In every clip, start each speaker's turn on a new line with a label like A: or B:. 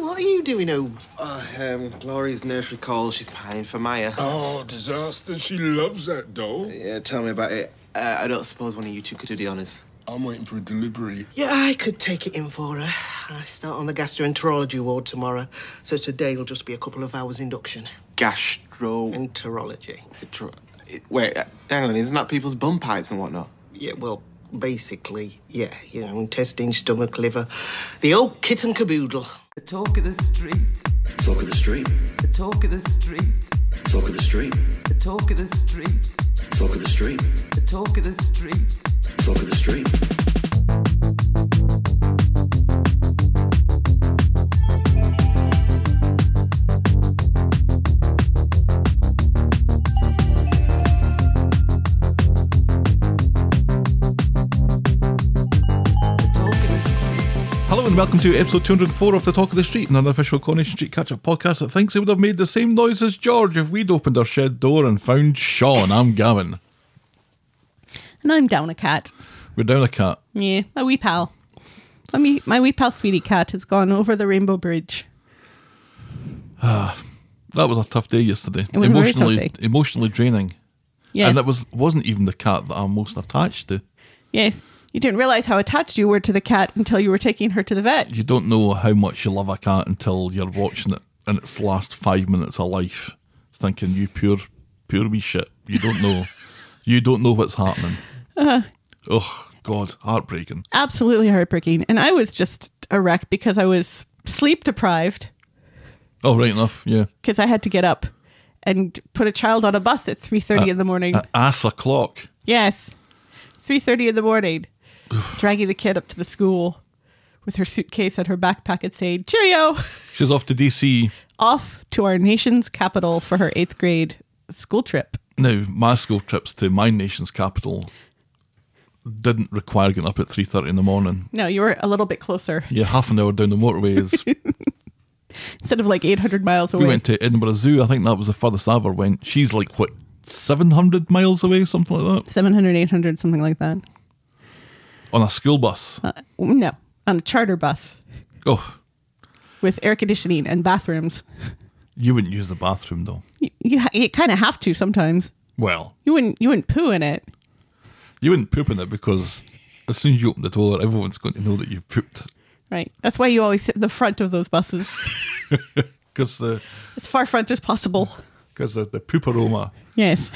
A: what are you doing home? Uh, um, Glory's nursery calls. She's pining for Maya.
B: Oh, disaster. She loves that doll.
A: Yeah, tell me about it. Uh, I don't suppose one of you two could do the honours.
B: I'm waiting for a delivery.
A: Yeah, I could take it in for her. I start on the gastroenterology ward tomorrow, so today will just be a couple of hours induction.
C: Gastro.
A: Enterology.
C: dr- Wait, uh, hang on, isn't that people's bum pipes and whatnot?
A: Yeah, well, basically, yeah, you know, intestine, stomach, liver. The old kit and caboodle.
D: The talk of the street.
E: Talk of the street.
D: The talk of the street.
E: Talk of the street.
D: The talk of the street.
E: Talk of the street.
D: The talk of the street.
E: Talk of the street.
D: The talk of the street.
F: Hello and welcome to episode 204 of The Talk of the Street, an unofficial Cornish Street Catch Up podcast that thinks it would have made the same noise as George if we'd opened our shed door and found Sean. I'm Gavin.
G: And I'm down a cat.
F: We're down a cat.
G: Yeah, my wee pal. My wee, my wee pal, sweetie cat, has gone over the rainbow bridge.
F: That was a tough day yesterday.
G: It was a very tough
F: emotionally,
G: day.
F: emotionally draining.
G: Yes,
F: And that was wasn't even the cat that I'm most attached to.
G: yes. You didn't realize how attached you were to the cat until you were taking her to the vet.
F: You don't know how much you love a cat until you're watching it in its last five minutes of life, It's thinking you pure, pure wee shit. You don't know, you don't know what's happening.
G: Uh-huh.
F: Oh God, heartbreaking.
G: Absolutely heartbreaking. And I was just a wreck because I was sleep deprived
F: Oh, right enough. Yeah.
G: because I had to get up and put a child on a bus at three
F: Uh,
G: thirty in the morning.
F: At ass o'clock.
G: Yes, three thirty in the morning, dragging the kid up to the school with her suitcase and her backpack and saying "Cheerio."
F: She's off to DC.
G: off to our nation's capital for her eighth grade school trip.
F: Now, my school trips to my nation's capital didn't require getting up at three thirty in the morning.
G: No, you were a little bit closer
F: Yeah, half an hour down the motorways.
G: instead of like 800 miles away.
F: we went to Edinburgh Zoo. I think that was the furthest I ever went. She's like what seven hundred miles away, something like that,
G: 700, 800, something like that.
F: on a school bus.
G: Uh, no, on a charter bus
F: Oh,
G: with air conditioning and bathrooms.
F: you wouldn't use the bathroom though.
G: You, you, ha- you kind of have to sometimes.
F: Well,
G: You wouldn't you wouldn't poo in it.
F: you wouldn't poop in it because as soon as you open the door, everyone's going to know that you've pooped
G: Right. That's why you always sit in the front of those buses,
F: because the
G: as far front as possible.
F: because the, the poop aroma
G: Yes.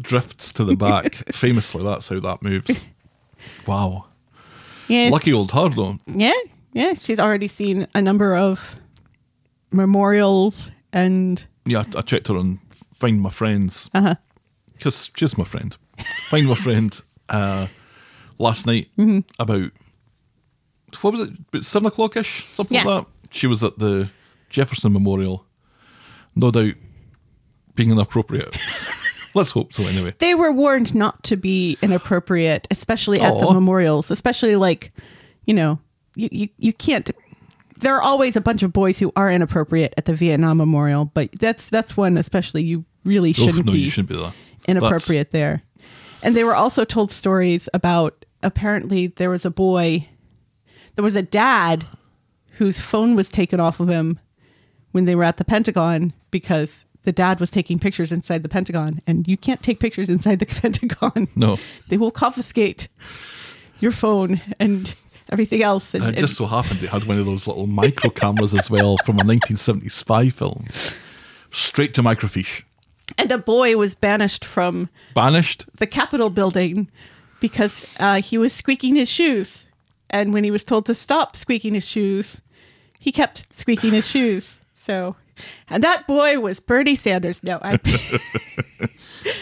F: drifts to the back. Famously, that's how that moves. Wow.
G: Yes.
F: Lucky old her, though.
G: Yeah, yeah. She's already seen a number of memorials and
F: Yeah, I, I checked her on Find My Friends.
G: Uh-huh.
F: Uh huh. Because she's my friend. Find My Friend uh, last night
G: Mm-hmm.
F: about, what was it, about seven o'clock ish? Something
G: Yeah.
F: like that. She was at the Jefferson Memorial. No doubt being inappropriate. Let's hope so, anyway.
G: they were warned not to be inappropriate, especially at
F: Aw.
G: the memorials, especially like, you know, you, you, you can't. There are always a bunch of boys who are inappropriate at the Vietnam Memorial, but that's that's one especially you really
F: Oh,
G: shouldn't
F: no,
G: be
F: you shouldn't be there.
G: inappropriate there. And they were also told stories about apparently there was a boy, there was a dad whose phone was taken off of him when they were at the Pentagon because the dad was taking pictures inside the Pentagon. And you can't take pictures inside the Pentagon.
F: No.
G: They will confiscate your phone and everything else. And,
F: And it just so happened it had one of those little micro cameras as well from a 1970 spy film. Straight to microfiche.
G: and a boy was banished from
F: Banished.
G: the Capitol building because uh, he was squeaking his shoes. And when he was told to stop squeaking his shoes, he kept squeaking his shoes. So, and that boy was Bernie Sanders. No, I,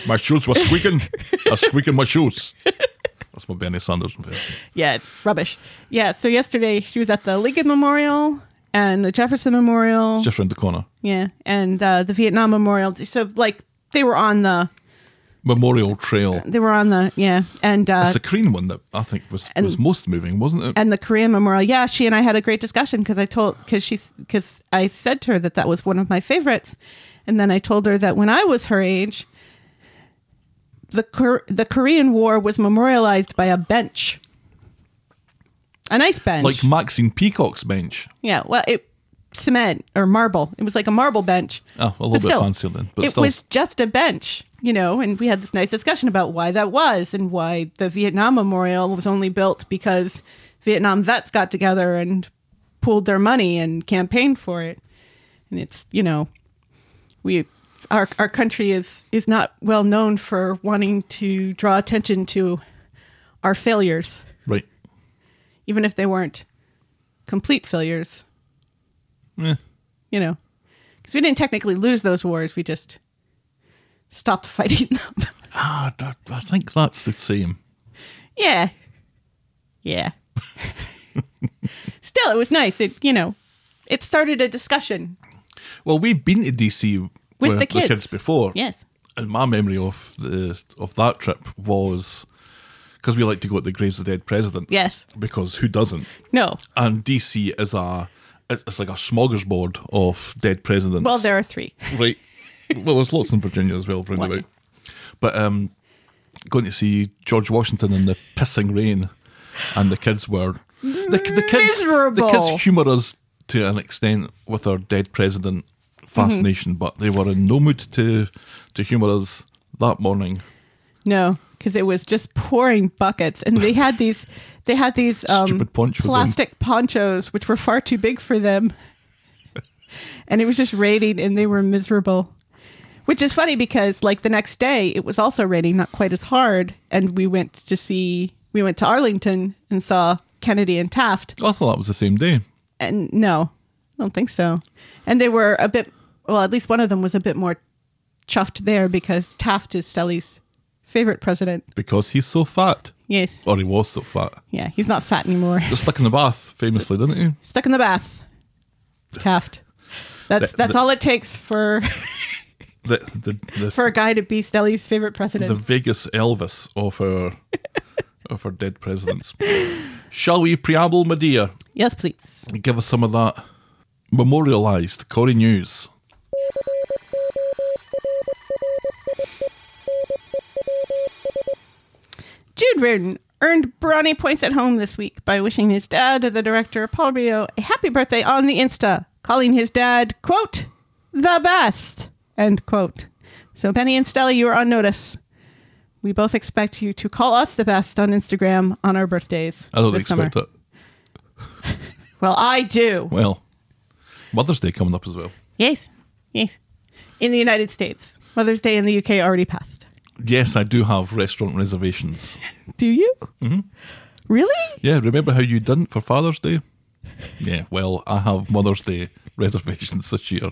F: My shoes were squeaking. I was squeaking my shoes. That's my Bernie Sanders impression.
G: yeah, it's rubbish. Yeah. So yesterday she was at the Lincoln Memorial and the Jefferson Memorial.
F: Just round the corner.
G: yeah, and uh, the Vietnam Memorial. So like they were on the
F: Memorial Trail.
G: they were on the yeah and uh,
F: It's the Korean one that I think was, was most moving, wasn't it?
G: and the Korean Memorial. Yeah, she and I had a great discussion because I told because she because I said to her that that was one of my favorites, and then I told her that when I was her age, the Kor- the Korean War was memorialized by a bench, a nice bench.
F: like Maxine Peacock's bench.
G: yeah, well, it cement or marble. It was like a marble bench.
F: Oh, a little
G: But
F: bit fancier then, but
G: it
F: still.
G: was just a bench, you know. And we had this nice discussion about why that was and why the Vietnam Memorial was only built because Vietnam vets got together and pooled their money and campaigned for it. And it's you know, we our our country is is not well known for wanting to draw attention to our failures
F: Right.
G: even if they weren't complete failures.
F: Eh.
G: You know, because we didn't technically lose those wars, we just stopped fighting them.
F: Ah, that, I think that's the same.
G: yeah, yeah. Still, it was nice. It you know, it started a discussion.
F: Well, we've been to DC
G: With the kids.
F: before.
G: Yes,
F: And my memory of the of that trip was because we like to go to the graves of dead presidents.
G: Yes.
F: Because who doesn't?
G: no.
F: And DC is a it's it's like a smorgasbord of dead presidents.
G: Well, there are three.
F: right. Well, there's lots in Virginia as well, round
G: What?
F: about. But um, going to see George Washington in the pissing rain, and the kids were the, the kids
G: Miserable.
F: the kids humour us to an extent with our dead president fascination,
G: Mm-hmm.
F: but they were in no mood to to humour us that morning.
G: No, because it was just pouring buckets, and they had these, they had these um,
F: Stupid ponchos on.
G: plastic ponchos, which were far too big for them, and it was just raining, and they were miserable. Which is funny because, like the next day, it was also raining, not quite as hard, and we went to see, we went to Arlington and saw Kennedy and Taft,
F: I thought that was the same day.
G: and no, I don't think so. And they were a bit, well, at least one of them was a bit more chuffed there because Taft is Stelly's favorite president.
F: Because he's so fat.
G: Yes.
F: Or he was so fat.
G: Yeah, he's not fat anymore.
F: Just stuck in the bath, famously, didn't he?
G: Stuck in the bath. Taft. That's
F: The-
G: that's
F: the-
G: all it takes for
F: The the, the
G: for a guy to be Stelly's favorite president.
F: the Vegas Elvis of our of our dead presidents. Shall we preamble, my dear?
G: yes, please.
F: Give us some of that memorialized Corey news.
G: Jude Reardon earned brownie points at home this week by wishing his dad, the director Paul Rio, a happy birthday on the Insta, calling his dad, quote, the best, end quote. So, Penny and Stella, you are on notice. We both expect you to call us the best on Instagram on our birthdays.
F: I don't
G: this
F: expect
G: summer.
F: it.
G: Well, I do.
F: Well, Mother's Day coming up as well.
G: Yes. Yes. In the United States. Mother's Day in the UK already passed.
F: Yes, I do have restaurant reservations.
G: Do you? Mm-hmm. Really?
F: Yeah, remember how you didn't for Father's Day? Yeah, well, I have Mother's Day reservations this year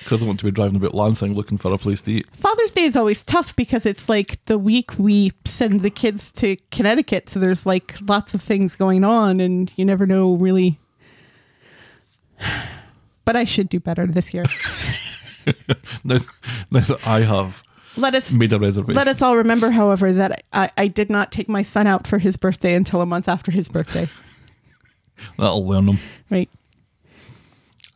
F: because I don't want to be driving about Lansing looking for a place to eat.
G: Father's Day is always tough because it's like the week we send the kids to Connecticut. So there's like lots of things going on and you never know really. But I should do better this year.
F: Now, now that I have
G: Let us
F: made a reservation.
G: let us all remember, however, that I, I did not take my son out for his birthday until a month after his birthday.
F: That'll learn them.
G: Right.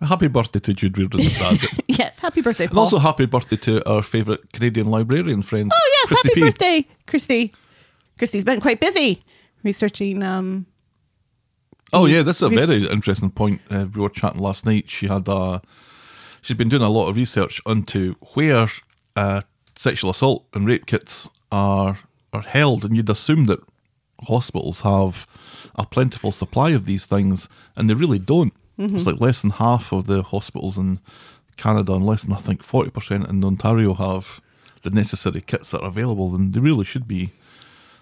F: Happy birthday to Jude Reardon's dad.
G: Yes. Happy birthday,
F: and
G: Paul.
F: also happy birthday to our favourite Canadian librarian friend.
G: Oh yes,
F: Christy P.
G: happy birthday, Christy. Christy's been quite busy researching. Um,
F: Oh yeah, this is a
G: Res-
F: very interesting point. Uh, we were chatting last night. She had uh, she's been doing a lot of research into where uh, sexual assault and rape kits are are held, and you'd assume that hospitals have a plentiful supply of these things, and they really don't. It's like less than half of the hospitals in Canada, and less than I think forty percent in Ontario have the necessary kits that are available, and they really should be.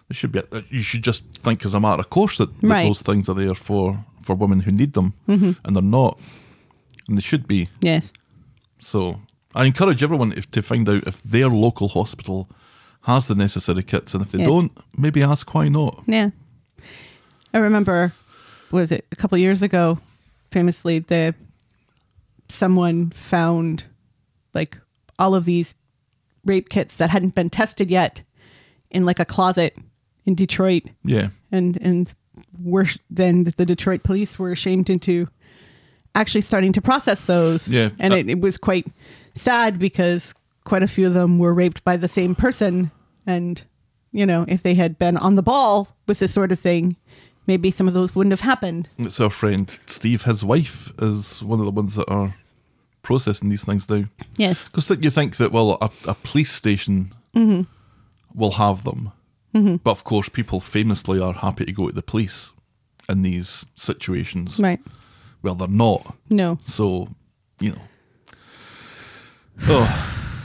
F: They should be. uh, You should just think as a matter of course that, that
G: Right. Mm-hmm.
F: those things are there for for women who need them, and they're not, and they should be.
G: yes,
F: So I encourage everyone if, to find out if their local hospital has the necessary kits, and if they
G: Yeah.
F: don't, maybe ask why not.
G: yeah. I remember, was it a couple years ago? Famously, the someone found like all of these rape kits that hadn't been tested yet in like a closet in Detroit,
F: Yeah,
G: and and were then the Detroit police were shamed into actually starting to process those.
F: Yeah.
G: and it, it was quite sad because quite a few of them were raped by the same person, and you know if they had been on the ball with this sort of thing, maybe some of those wouldn't have happened.
F: It's our friend Steve. His wife is one of the ones that are processing these things now.
G: Yes.
F: Because you think that, well, a, a police station
G: Mm-hmm.
F: will have them. But of course, people famously are happy to go to the police in these situations
G: Right.
F: where they're not.
G: No.
F: So, you know. Oh,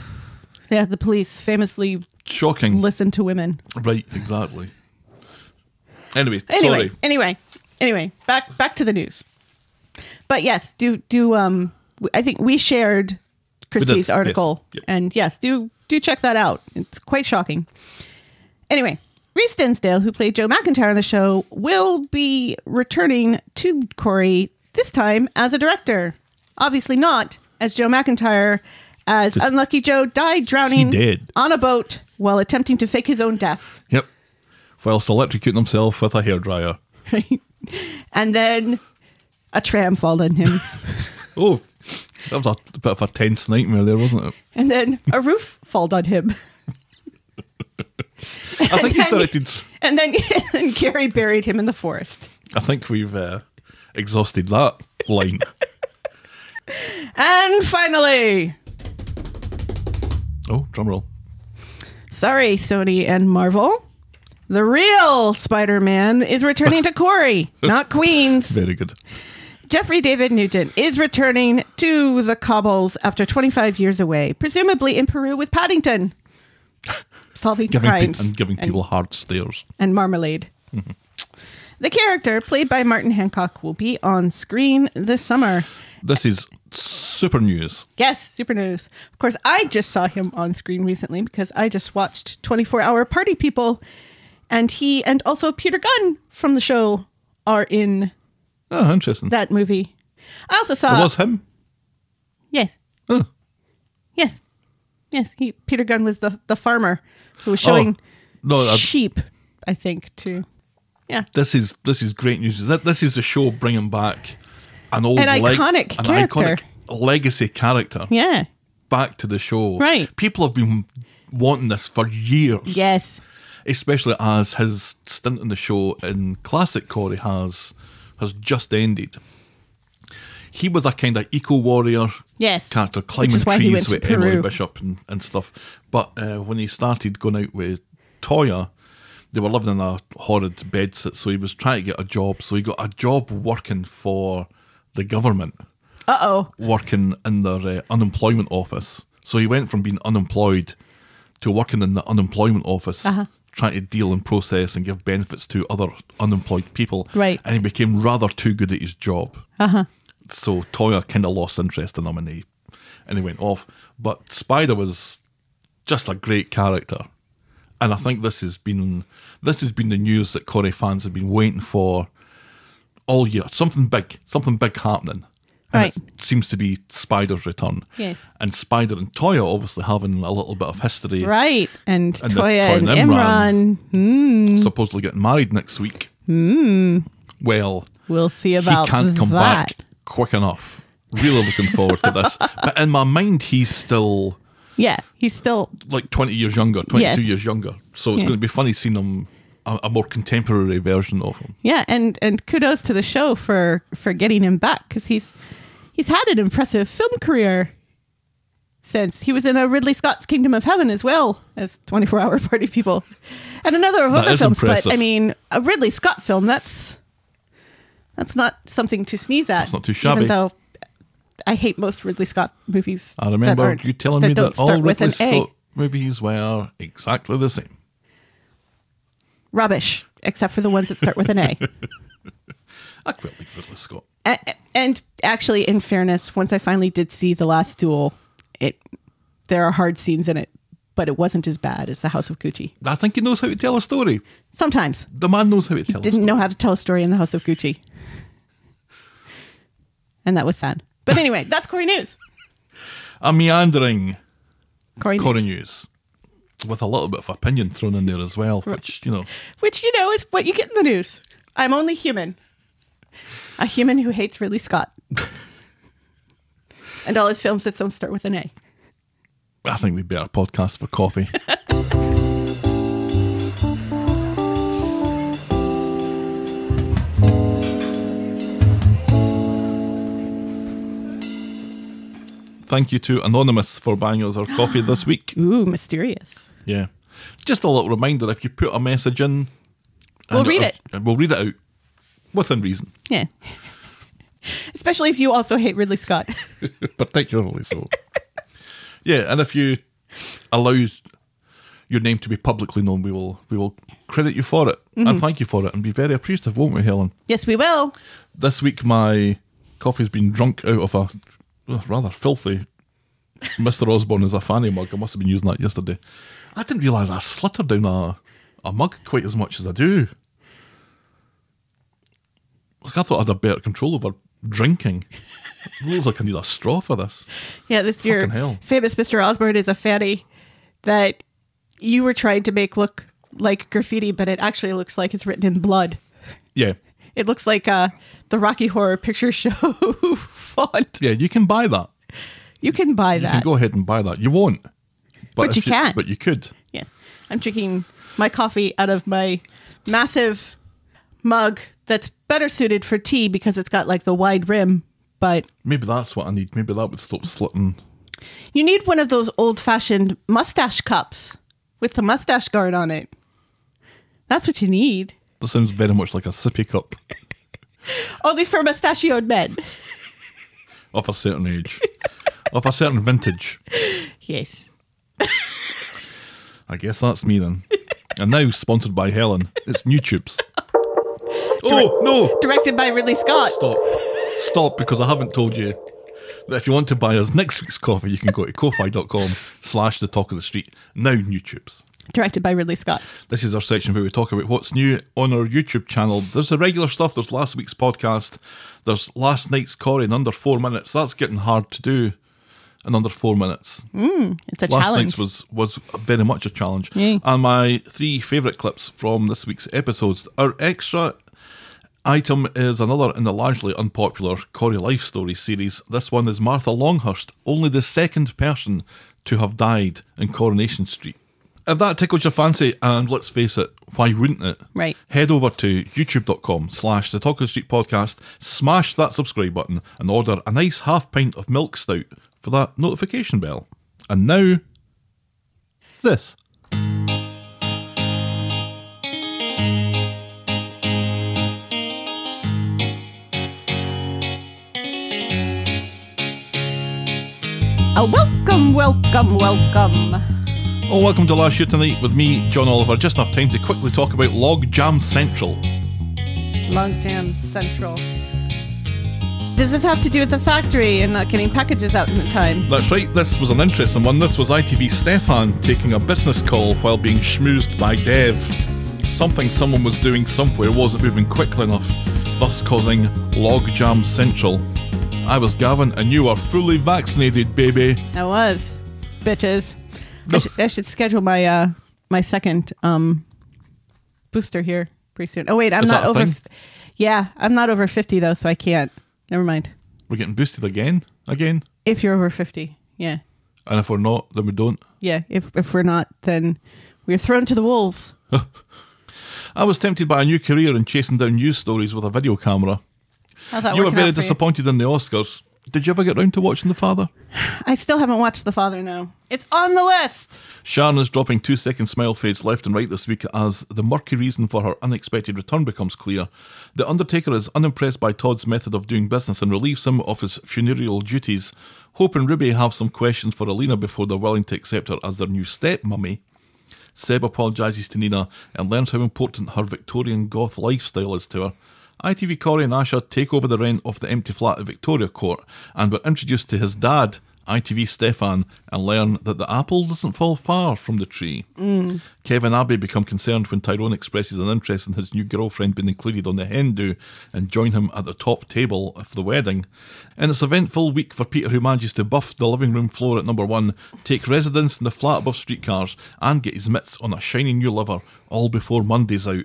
G: Yeah, the police famously
F: shocking.
G: listen to women.
F: Right, exactly. Anyway,
G: Anyway,
F: sorry.
G: anyway, anyway, back back to the news. But yes, do do um w- I think we shared
F: yes,
G: Christie's article
F: yep.
G: and yes, do do check that out. It's quite shocking. Anyway, Reese Dinsdale, who played Joe McIntyre on the show, will be returning to Corey this time as a director. Obviously not as Joe McIntyre, as Unlucky Joe died drowning
F: did.
G: on a boat while attempting to fake his own death.
F: Yep. Whilst electrocuting himself with a hairdryer.
G: right? And then a tram fall on him.
F: Oh, that was a bit of a tense nightmare there, wasn't it?
G: and then a roof fall on him.
F: I think he's
G: then-
F: directed.
G: And then and Gary buried him in the forest.
F: I think we've uh, exhausted that line.
G: And finally,
F: oh, drum roll.
G: sorry, Sony and Marvel. The real Spider Man is returning to Corey, not Queens.
F: Very good.
G: Jeffrey David Newton is returning to the cobbles after 25 years away, presumably in Peru with Paddington, solving
F: Giving pe-
G: crimes
F: and giving people hard stares.
G: and marmalade. the character, played by Martin Hancock, will be on screen this summer.
F: This is super news.
G: Yes, super news. Of course, I just saw him on screen recently because I just watched 24 Hour Party People, and he and also Peter Gunn from the show are in
F: Oh, interesting. It
G: that movie. I also saw.
F: was him.
G: Yes.
F: Huh.
G: Yes. Yes. He, Peter Gunn was the, the farmer who was showing
F: Oh. no, uh, I-
G: sheep, I think, to. Yeah.
F: This is this is great news. That this is the show bringing back an old
G: An
F: leg-
G: iconic
F: an
G: character.
F: iconic legacy character
G: Yeah.
F: back to the show.
G: Right.
F: People have been wanting this for years.
G: Yes.
F: especially as his stint in the show in classic Corey has has just ended. He was a kind of eco warrior
G: Yes.
F: character,
G: Which
F: climbing
G: is why he
F: trees
G: went to
F: with Emily
G: Peru.
F: Bishop and, and stuff. But uh, when he started going out with Toya, they were living in a horrid bedsit, so he was trying to get a job. So he got a job working for the government,
G: Uh oh.
F: working in their uh, unemployment office. So he went from being unemployed to working in the unemployment office,
G: Uh-huh.
F: trying to deal and process and give benefits to other unemployed people.
G: Right. Uh-huh.
F: And he became rather too good at his job. So Toya kind of lost interest in him and he, and he went off. But Spider was just a great character. And I think this has been this has been the news that Corey fans have been waiting for all year. Something big, something big happening. And
G: Right.
F: it seems to be Spider's return.
G: Yes.
F: And Spider and Toya obviously having a little bit of history
G: Right. And,
F: And the
G: Toya
F: Toya
G: and
F: and
G: Imran, Hmm.
F: supposedly getting married next week. Well,
G: we'll see about
F: he can't come
G: that.
F: back quick enough. Really looking forward to this. But in my mind, he's still
G: Yeah. He's still.
F: like 20 years younger, 22
G: Yes.
F: years younger. So it's
G: Yeah.
F: going to be funny seeing him, a, a more contemporary version of him.
G: Yeah. And, and kudos to the show for, for getting him back because he's, he's had an impressive film career since he was in a Ridley Scott's Kingdom of Heaven as well as 24 Hour Party People and another of other
F: is
G: films.
F: impressive.
G: But I mean, a Ridley Scott film, that's, that's not something to sneeze at. It's
F: not too shabby.
G: Even though I hate most Ridley Scott movies.
F: I remember
G: aren't-
F: you telling me
G: don't
F: that all
G: start with
F: Ridley
G: an A.
F: Scott movies were exactly the same.
G: rubbish, except for the ones that start with an A.
F: I quite like Ridley Scott.
G: A- and actually, in fairness, once I finally did see the last duel, it there are hard scenes in it, but it wasn't as bad as the House of Gucci.
F: I think he knows how to tell a story.
G: Sometimes
F: The man knows how to tell a
G: didn't
F: story.
G: know how to tell a story in the House of Gucci, and that was sad. But anyway, that's Corey News.
F: A meandering
G: Corey,
F: Corey
G: News,
F: News with a little bit of opinion thrown in there as well, which, you know,
G: which you know is what you get in the news. I'm only human, a human who hates Ridley Scott. And all his films that don't start with an A.
F: I think we'd better podcast for coffee. Thank you to Anonymous for buying us our coffee this week.
G: Ooh, mysterious.
F: Yeah. Just a little reminder if you put a message in,
G: We'll
F: and-
G: read it.
F: and We'll read it out within reason,
G: Yeah. Especially if you also hate Ridley Scott.
F: particularly so. yeah, and if you allow your name to be publicly known, we will we will credit you for it
G: Mm-hmm.
F: and thank you for it and be very appreciative, won't we, Helen?
G: yes, we will.
F: This week, my coffee's been drunk out of a uh, rather filthy Mr. Osborne as a fanny mug. I must have been using that yesterday. I didn't realise I slittered down a, a mug quite as much as I do. Like I thought I had a better control over drinking. It looks like I need a straw for this.
G: Yeah, this year,
F: Fucking hell.
G: famous Mr. Osborne is a fatty that you were trying to make look like graffiti, but it actually looks like it's written in blood.
F: Yeah.
G: It looks like uh, the Rocky Horror Picture Show font.
F: Yeah, you can buy that.
G: You can buy
F: You
G: that.
F: can go ahead and buy that. You won't.
G: But
F: if
G: you can.
F: But you could.
G: Yes. I'm drinking my coffee out of my massive mug that's better suited for tea because it's got like the wide rim. But
F: Maybe that's what I need. Maybe that would stop slitting.
G: you need one of those old fashioned mustache cups with the mustache guard on it. That's what you need.
F: That sounds very much like a sippy cup
G: Only for mustachioed men.
F: of a certain age, of a certain vintage.
G: Yes.
F: I guess that's me then. And now, sponsored by Helen, it's New Tubes. Oh, no!
G: Directed by Ridley Scott.
F: Stop. Stop, because I haven't told you that if you want to buy us next week's coffee, you can go to ko-fi.com slash the talk of the street. Now, New Tubes.
G: Directed by Ridley Scott.
F: This is our section where we talk about what's new on our YouTube channel. There's the regular stuff, there's last week's podcast, there's last night's Corey in under four minutes. That's getting hard to do in under four minutes.
G: It's a
F: last
G: challenge.
F: night's was was very much a challenge.
G: Yay.
F: And my three favourite clips from this week's episodes. Our extra item is another in the largely unpopular Corey Life Story series. This one is Martha Longhurst, only the second person to have died in Coronation Street. If that tickles your fancy, and let's face it, why wouldn't it?
G: Right.
F: Head over to youtube.com slash the Talk of the Street podcast, smash that subscribe button, and order a nice half pint of milk stout for that notification bell. And now, this.
G: A Oh, welcome, welcome, welcome.
F: Well, Oh, welcome to Last Year Tonight with me, John Oliver. Just enough time to quickly talk about Log Jam Central.
G: Long Jam Central. Does this have to do with the factory and not getting packages out in time?
F: That's right, this was an interesting one. This was ITV Stefan taking a business call while being schmoozed by Dev. Something someone was doing somewhere wasn't moving quickly enough, thus causing Logjam Central. I was Gavin, and you are fully vaccinated, baby.
G: I was, bitches. I, should, I should schedule my uh my second um booster here pretty soon. Oh wait, I'm
F: Is
G: not
F: that a
G: over.
F: thing?
G: f- yeah, I'm not over fifty though, so I can't. Never mind.
F: We're getting boosted again, again.
G: If you're over fifty, yeah,
F: And if we're not, then we don't.
G: yeah. If if we're not, then we're thrown to the wolves.
F: I was tempted by a new career in chasing down news stories with a video camera.
G: How's that
F: You were
G: working
F: very
G: out for you?
F: disappointed in the Oscars. Did you ever get round to watching The Father?
G: I still haven't watched The Father. No, it's on the list.
F: Sharon is dropping two second smile fades left and right this week as the murky reason for her unexpected return becomes clear. The Undertaker is unimpressed by Todd's method of doing business and relieves him of his funereal duties. Hope and Ruby have some questions for Alina before they're willing to accept her as their new step mummy. Seb apologises to Nina and learns how important her Victorian goth lifestyle is to her. ITV Corey and Asha take over the rent of the empty flat at Victoria Court and were introduced to his dad, ITV Stefan, and learn that the apple doesn't fall far from the tree. Kevin Abbey become concerned when Tyrone expresses an interest in his new girlfriend being included on the hen do and join him at the top table of the wedding. And it's an eventful week for Peter who manages to buff the living room floor at number one, take residence in the flat above streetcars, and get his mitts on a shiny new liver all before Monday's out.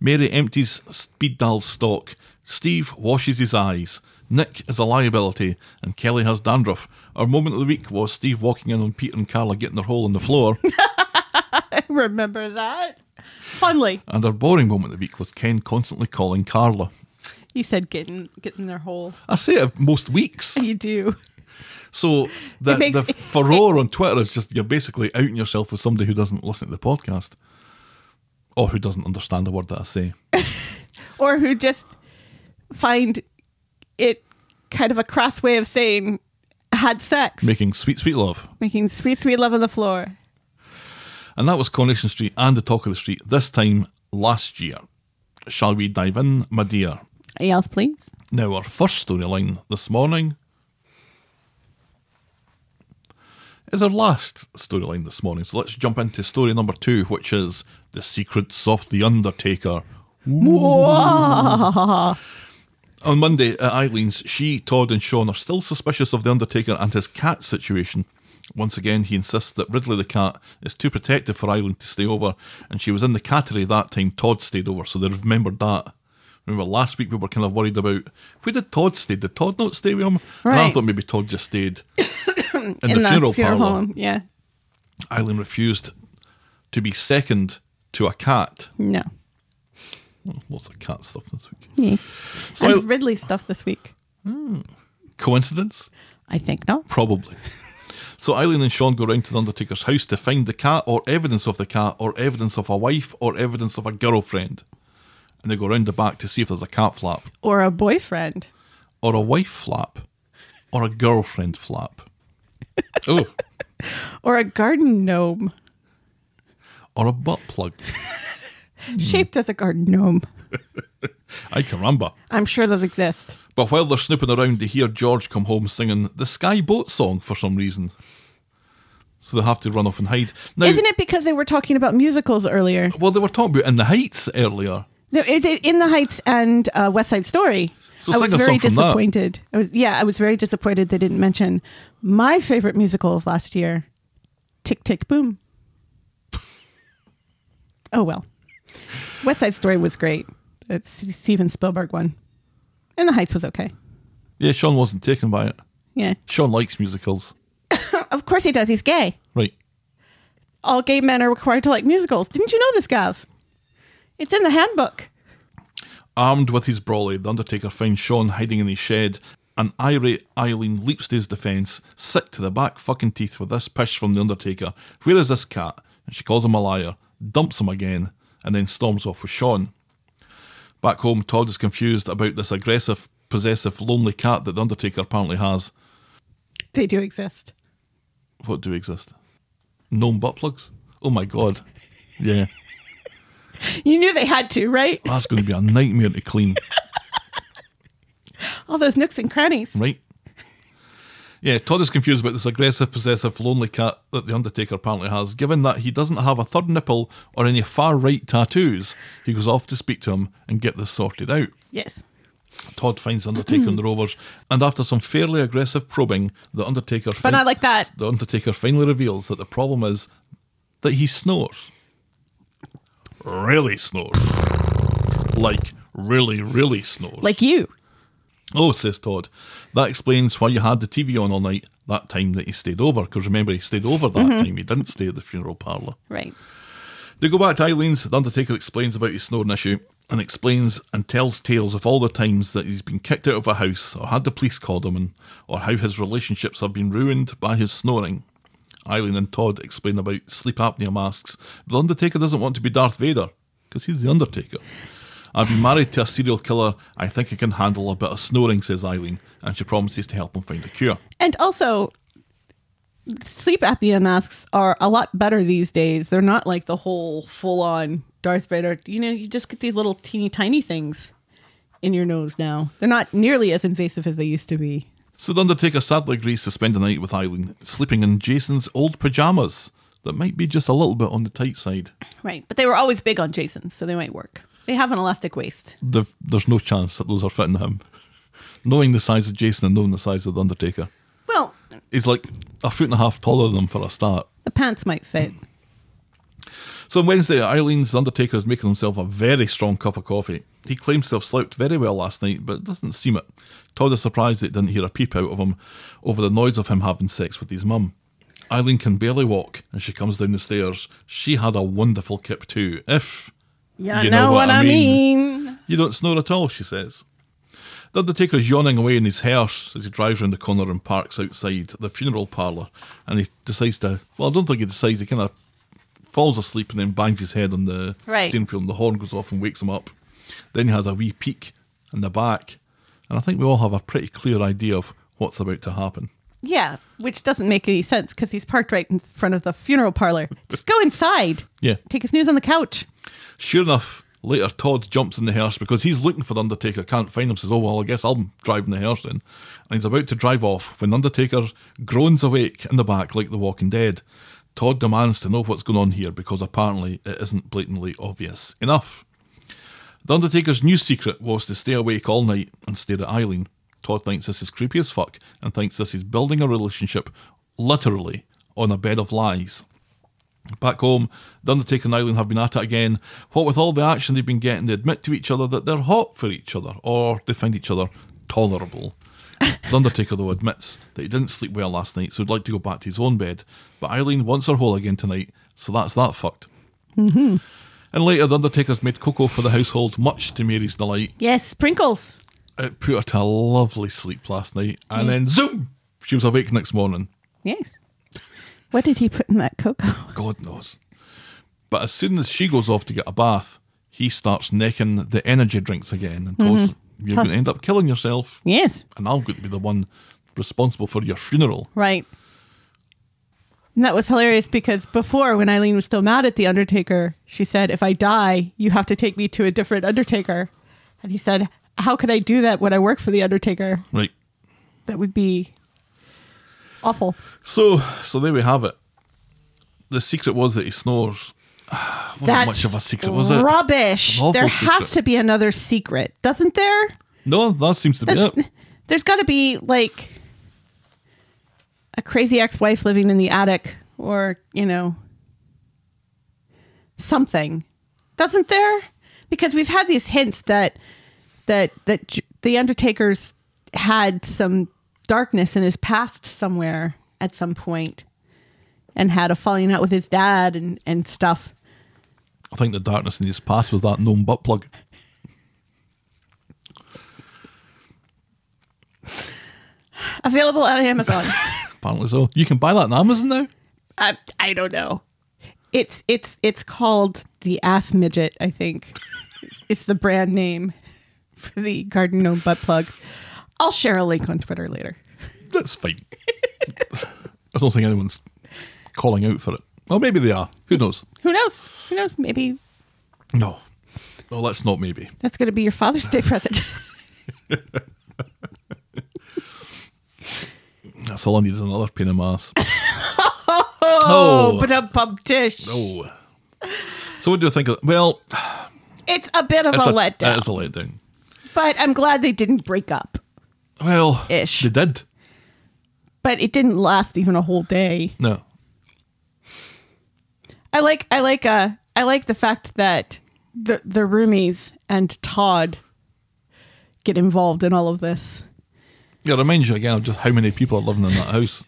F: Mary empties speed dial stock, Steve washes his eyes. Nick is a liability, and Kelly has dandruff. Our moment of the week was Steve walking in on Peter and Carla getting their hole in the floor.
G: Remember that? Fondly.
F: And our boring moment of the week was Ken constantly calling Carla.
G: You said getting getting their hole.
F: I say it most weeks.
G: You do.
F: So the,
G: makes-
F: the furore on Twitter is just you're basically outing yourself with somebody who doesn't listen to the podcast or who doesn't understand a word that I say.
G: or who just find it kind of a crass way of saying had sex,
F: Making sweet, sweet love.
G: making sweet, sweet love on the floor.
F: And that was Coronation Street and the Talk of the Street, this time last year. Shall we dive in, my dear?
G: Yes, please.
F: Now, our first storyline this morning is our last storyline this morning. So let's jump into story number two, which is The Secrets of the Undertaker. On Monday at Eileen's, she, Todd, and Sean are still suspicious of the Undertaker and his cat situation. Once again, he insists that Ridley the cat is too protective for Eileen to stay over, and she was in the cattery that time Todd stayed over, so they remembered that. Remember last week we were kind of worried about where did Todd stay? Did Todd not stay with him? And I
G: Right.
F: thought maybe Todd just stayed in, the, funeral, parlor.
G: home. Yeah.
F: Eileen refused to be second to a cat.
G: No.
F: Lots of cat stuff this week.
G: Yeah.
F: So
G: and
F: I-
G: Ridley stuff this week.
F: coincidence?
G: I think not.
F: Probably. So Eileen and Sean go round to the Undertaker's house to find the cat or evidence of the cat or evidence of a wife or evidence of a girlfriend. And they go round the back to see if there's a cat flap
G: Or a boyfriend.
F: or a wife flap or a girlfriend flap. Oh,
G: Or a garden gnome.
F: or a butt plug. Hmm.
G: Shaped as a garden gnome.
F: I can remember.
G: I'm sure those exist.
F: But while they're snooping around, they hear George come home singing the Sky Boat song for some reason. So they have to run off and hide. Now,
G: Isn't it because they were talking about musicals earlier?
F: well, they were talking about In the Heights earlier.
G: No, it- it- In the Heights and uh, West Side Story.
F: So
G: I
F: sing
G: was
F: a
G: very
F: song from that.
G: disappointed. I was, yeah, I was very disappointed they didn't mention my favorite musical of last year, Tick Tick Boom. oh well, West Side Story was great. It's the Steven Spielberg one, and The Heights was okay.
F: Yeah, Sean wasn't taken by it.
G: Yeah,
F: Sean likes musicals.
G: of course he does. He's gay.
F: Right.
G: All gay men are required to like musicals. Didn't you know this, Gav? It's in the handbook.
F: Armed with his brolly, the Undertaker finds Sean hiding in his shed. An irate Eileen leaps to his defence, sick to the back fucking teeth with this pish from the Undertaker. Where is this cat? And she calls him a liar, dumps him again, and then storms off with Sean. Back home, Todd is confused about this aggressive, possessive, lonely cat that the Undertaker apparently has.
G: They do exist.
F: What do exist? Gnome butt plugs? Oh my god. Yeah.
G: You knew they had to, right?
F: That's going to be a nightmare to clean.
G: All those nooks and crannies.
F: Right. Yeah, Todd is confused about this aggressive, possessive, lonely cat that the Undertaker apparently has. Given that he doesn't have a third nipple or any far right tattoos, he goes off to speak to him and get this sorted out.
G: Yes.
F: Todd finds the Undertaker and the Rovers, and after some fairly aggressive probing, the Undertaker
G: But not like that.
F: the Undertaker finally reveals that the problem is that he snores. Really snores. Like really, really snores.
G: Like you.
F: Oh, says Todd, that explains why you had the TV on all night that time that he stayed over. Because remember, he stayed over that time. He didn't stay at the funeral parlour.
G: Right.
F: They go back to Eileen's. The Undertaker explains about his snoring issue and explains and tells tales of all the times that he's been kicked out of a house or had the police called him, and, or how his relationships have been ruined by his snoring. Eileen and Todd explain about sleep apnea masks. The Undertaker doesn't want to be Darth Vader because he's the Undertaker. I've been married to a serial killer. I think I can handle a bit of snoring, says Eileen, and she promises to help him find a cure.
G: And also, sleep apnea masks are a lot better these days. They're not like the whole full on Darth Vader. You know, you just get these little teeny tiny things in your nose now. They're not nearly as invasive as they used to be.
F: So the Undertaker sadly agrees to spend the night with Eileen, sleeping in Jason's old pajamas that might be just a little bit on the tight side.
G: Right. But they were always big on Jason, so they might work. They have an elastic waist.
F: There- There's no chance that those are fitting him. Knowing the size of Jason and knowing the size of the Undertaker,
G: Well,
F: he's like a foot and a half taller than them for a start.
G: the pants might fit.
F: So on Wednesday, Eileen's Undertaker is making himself a very strong cup of coffee. He claims to have slept very well last night, but it doesn't seem it. Todd is surprised it didn't hear a peep out of him over the noise of him having sex with his mum. Eileen can barely walk, and she comes down the stairs. She had a wonderful kip too, if
G: Yeah, know, what, I mean.
F: you don't snore at all, she says. The Undertaker is yawning away in his hearse as he drives round the corner and parks outside the funeral parlour. And he decides to, well, I don't think he decides, he kind of falls asleep and then bangs his head on the
G: Right.
F: steering wheel and the horn goes off and wakes him up. Then he has a wee peek in the back. And I think we all have a pretty clear idea of what's about to happen.
G: Yeah, which doesn't make any sense because he's parked right in front of the funeral parlor. Just go inside.
F: Yeah.
G: Take his news on the couch.
F: Sure enough, later Todd jumps in the hearse because he's looking for the Undertaker, can't find him, says, Oh, well, I guess I'm driving the hearse then. And he's about to drive off when Undertaker groans awake in the back like The Walking Dead. Todd demands to know what's going on here because apparently it isn't blatantly obvious enough. The Undertaker's new secret was to stay awake all night and stare at Eileen. Todd thinks this is creepy as fuck and thinks this is building a relationship literally on a bed of lies. Back home, the Undertaker and Island have been at it again. What with all the action they've been getting, they admit to each other that they're hot for each other, or they find each other tolerable. The Undertaker, though, admits that he didn't sleep well last night, so he'd like to go back to his own bed. But Eileen wants her whole again tonight, so that's that fucked. And later, the Undertaker's made cocoa for the household, much to Mary's delight.
G: Yes, sprinkles.
F: It put her to a lovely sleep last night, and then zoom! She was awake next morning.
G: Yes. What did he put in that cocoa?
F: God knows. But as soon as she goes off to get a bath, he starts necking the energy drinks again and tells
G: Mm-hmm.
F: you're going to end up killing yourself,
G: Yes.
F: and I'm going to be the one responsible for your funeral.
G: Right. And that was hilarious because before, when Eileen was still mad at The Undertaker, she said, If I die, you have to take me to a different Undertaker. And he said, How could I do that when I work for The Undertaker?
F: Right.
G: That would be awful.
F: So, so there we have it. The secret was that he snores. Wasn't
G: That's
F: much of a secret, was it?
G: Rubbish.
F: An awful
G: There has
F: secret.
G: to be another secret, doesn't there?
F: No, that seems to be
G: That's,
F: it.
G: There's got to be like a crazy ex-wife living in the attic, or you know, something, doesn't there? Because we've had these hints that that that J- the Undertaker's had some darkness in his past somewhere at some point, and had a falling out with his dad and and stuff.
F: I think the darkness in his past was that known butt plug.
G: Available on Amazon.
F: Apparently so. You can buy that on Amazon now.
G: I, I don't know. It's it's it's called the ass midget. I think it's, it's the brand name for the garden gnome butt plugs. I'll share a link on Twitter later.
F: That's fine. I don't think anyone's calling out for it. Well, maybe they are. Who knows?
G: Who knows? Who knows? Maybe
F: No. Well, that's not maybe.
G: that's going to be your Father's Day present.
F: That's all I need is another pain in my ass. oh,
G: but a bump dish.
F: no. So what do you think of Well,
G: It's a bit of
F: it's
G: a,
F: a, that
G: letdown,
F: is a letdown.
G: but I'm glad they didn't break up.
F: Well,
G: Ish.
F: they did.
G: But it didn't last even a whole day.
F: No.
G: I like I like uh I like the fact that the the roomies and Todd get involved in all of this.
F: Yeah, it reminds you again of just how many people are living in that house.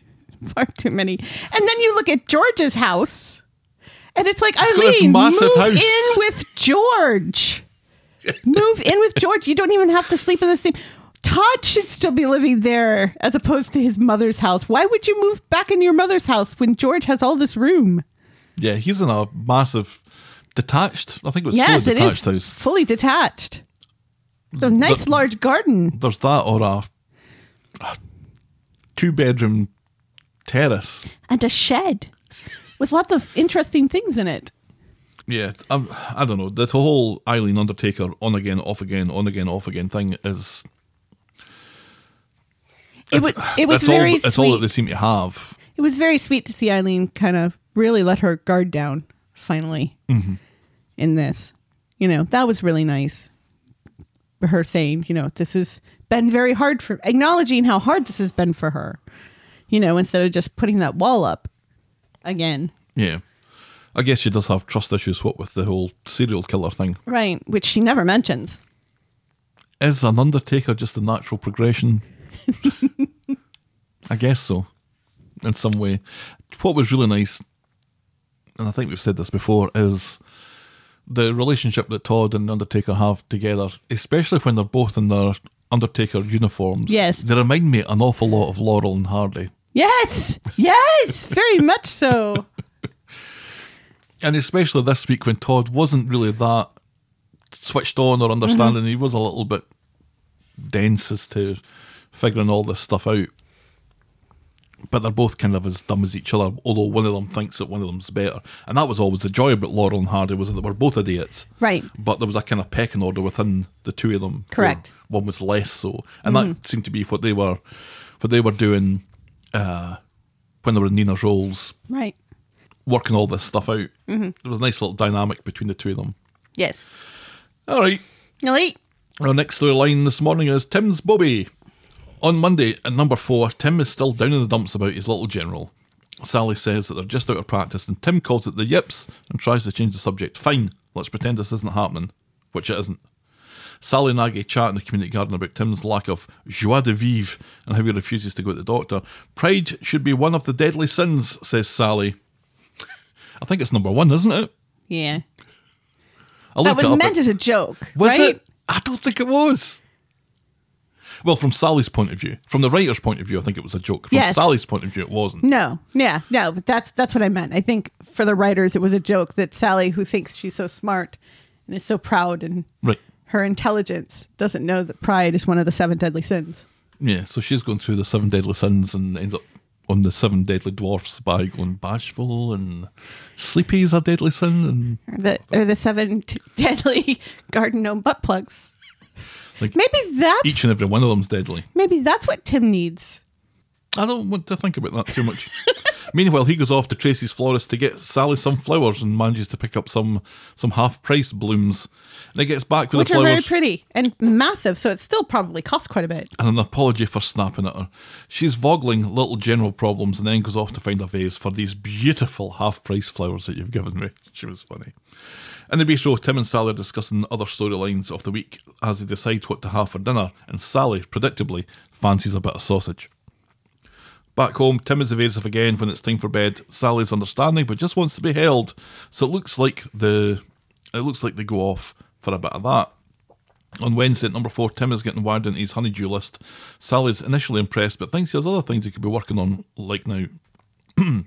G: Far too many. And then you look at George's house and it's like
F: got this
G: Eileen move
F: massive house."
G: in with George. move in with George. You don't even have to sleep in the same Todd should still be living there as opposed to his mother's house. Why would you move back in your mother's house when George has all this room?
F: Yeah, he's in a massive detached I think it was
G: yes,
F: fully
G: it is
F: detached house.
G: fully detached. The nice large garden.
F: There's that or a, a two bedroom terrace.
G: and a shed with lots of interesting things in it.
F: Yeah, it's- I'm, I don't know. The whole Eileen Undertaker on again, off again, on again, off again thing is.
G: It was it was
F: it's
G: very
F: all, It's all that
G: sweet.
F: they seem to have.
G: it was very sweet to see Eileen kind of really let her guard down finally
F: Mm-hmm.
G: in this. You know that was really nice. Her saying, you know, this has been very hard for acknowledging how hard this has been for her. You know, instead of just putting that wall up again,
F: Yeah, I guess she does have trust issues. What with the whole serial killer thing,
G: right? Which she never mentions.
F: is an Undertaker just the natural progression? I guess so, in some way. What was really nice, and I think we've said this before, is the relationship that Todd and Undertaker have together, especially when they're both in their Undertaker uniforms.
G: Yes.
F: They remind me an awful lot of Laurel and Hardy.
G: Yes, yes, very much so.
F: And especially this week when Todd wasn't really that switched on or
G: Mm-hmm.
F: understanding, he was a little bit dense as to figuring all this stuff out. But they're both kind of as dumb as each other, although one of them thinks that one of them's better. And that was always the joy about Laurel and Hardy was that they were both idiots.
G: Right.
F: But there was a kind of pecking order within the two of them. where
G: Correct. Mm-hmm.
F: One was less so. And that seemed to be what they were what they were doing uh, when they were in Nina's roles
G: Right.
F: working all this stuff out. There was a nice little dynamic between the two of them.
G: Yes.
F: All right.
G: Elite.
F: Our next story line this morning is Tim's Bobby. On Monday at number four, Tim is still down in the dumps about his little general. Sally says that they're just out of practice, and Tim calls it the yips and tries to change the subject. Fine, let's pretend this isn't happening, which it isn't. Sally and Aggie chat in the community garden about Tim's lack of joie de vivre and how he refuses to go to the doctor. Pride should be one of the deadly sins, says Sally. I think it's number one, isn't it?
G: Yeah.
F: I
G: That
F: looked
G: was
F: it up,
G: meant
F: it-
G: as a joke,
F: Was
G: right?
F: it? I don't think it was. Well, from Sally's point of view, from the writer's point of view, I think it was a joke. From
G: Yes.
F: Sally's point of view, it wasn't.
G: No. Yeah. No. But that's that's what I meant. I think for the writers, it was a joke that Sally, who thinks she's so smart and is so proud and
F: Right.
G: her intelligence, doesn't know that pride is one of the seven deadly sins.
F: Yeah. So she's going through the seven deadly sins and ends up on the seven deadly dwarfs by going bashful and sleepy is a deadly sin and
G: Or the or the seven t- deadly garden gnome butt plugs.
F: Like,
G: maybe that's
F: each and every one of them's deadly.
G: maybe that's what Tim needs.
F: I don't want to think about that too much. Meanwhile, he goes off to Tracy's florist to get Sally some flowers and manages to pick up some some half price blooms. And he gets back with
G: Which
F: the
G: are
F: flowers.
G: very pretty and massive, so it still probably costs quite a bit.
F: and an apology for snapping at her. She's ogling little general problems and then goes off to find a vase for these beautiful half price flowers that you've given me. She was funny. In the B show, Tim and Sally are discussing other storylines of the week as they decide what to have for dinner, and Sally, predictably, fancies a bit of sausage. Back home, Tim is evasive again when it's time for bed. Sally's understanding, but just wants to be held. So it looks like the it looks like they go off for a bit of that. On Wednesday at number four, Tim is getting wired into his honeydew list. Sally's initially impressed, but thinks he has other things he could be working on, like now.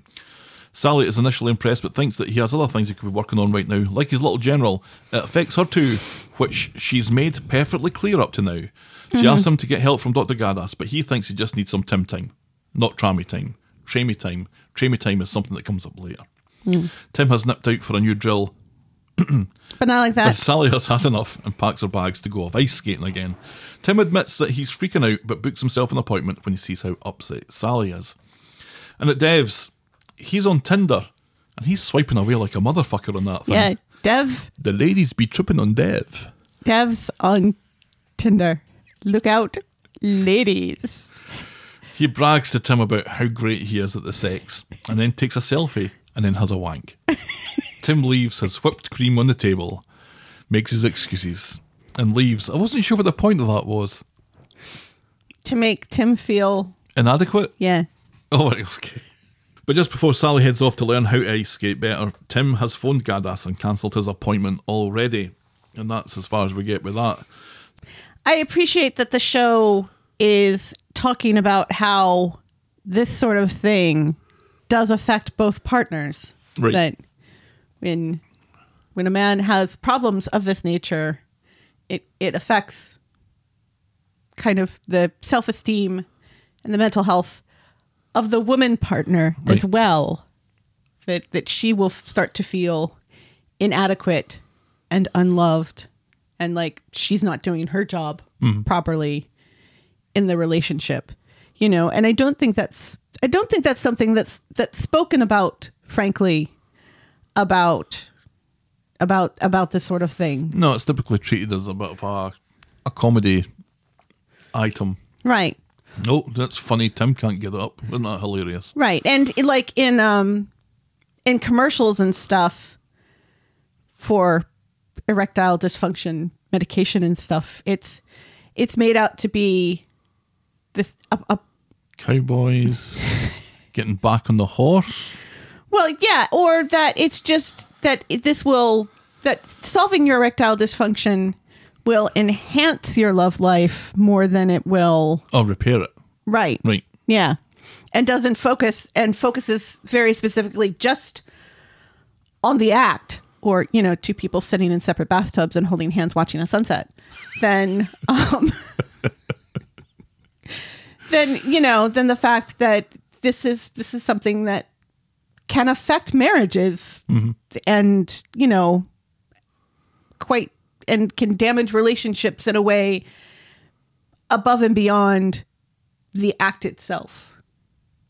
F: Sally is initially impressed, but thinks that he has other things he could be working on right now, like his little general. It affects her too, which she's made perfectly clear up to now. She asks him to get help from Dr. Gadas, but he thinks he just needs some Tim time, not Trammy time. Trammy time. Trammy time is something that comes up later. Tim has nipped out for a new drill,
G: But not like
F: but
G: that.
F: Sally has had enough and packs her bags to go off ice skating again. Tim admits that he's freaking out but books himself an appointment when he sees how upset Sally is. And at Dev's, he's on Tinder and he's swiping away like a motherfucker on that thing.
G: Yeah, Dev
F: The ladies be tripping on Dev.
G: Devs on Tinder. Look out, ladies.
F: He brags to Tim about how great he is at the sex and then takes a selfie and then has a wank. Tim leaves his whipped cream on the table, makes his excuses, and leaves. I wasn't sure what the point of that was.
G: To make Tim feel,
F: Inadequate?
G: yeah,
F: Oh, right, okay. But just before Sally heads off to learn how to ice skate better, Tim has phoned Gadas and cancelled his appointment already. And that's as far as we get with that.
G: I appreciate that the show is talking about how this sort of thing does affect both partners.
F: Right.
G: That when when a man has problems of this nature, it it affects kind of the self esteem and the mental health of the woman partner as
F: Right.
G: well. That that she will f- start to feel inadequate and unloved and like she's not doing her job properly in the relationship you know and i don't think that's i don't think that's something that's that's spoken about frankly about about about this sort of thing
F: No, it's typically treated as a bit of a, a comedy item.
G: right
F: Oh, that's funny. Tim can't get up. Isn't that hilarious?
G: right and i- like in um in commercials and stuff for erectile dysfunction medication and stuff it's it's made out to be this a, a
F: Cowboys getting back on the horse.
G: Well, yeah, or that it's just that it- this will that solving your erectile dysfunction will enhance your love life more than it will
F: Oh, repair it.
G: right
F: Right.
G: yeah and doesn't focus and focuses very specifically just on the act or you know two people sitting in separate bathtubs and holding hands watching a sunset then um then you know then the fact that this is this is something that can affect marriages and you know quite and can damage relationships in a way above and beyond the act itself,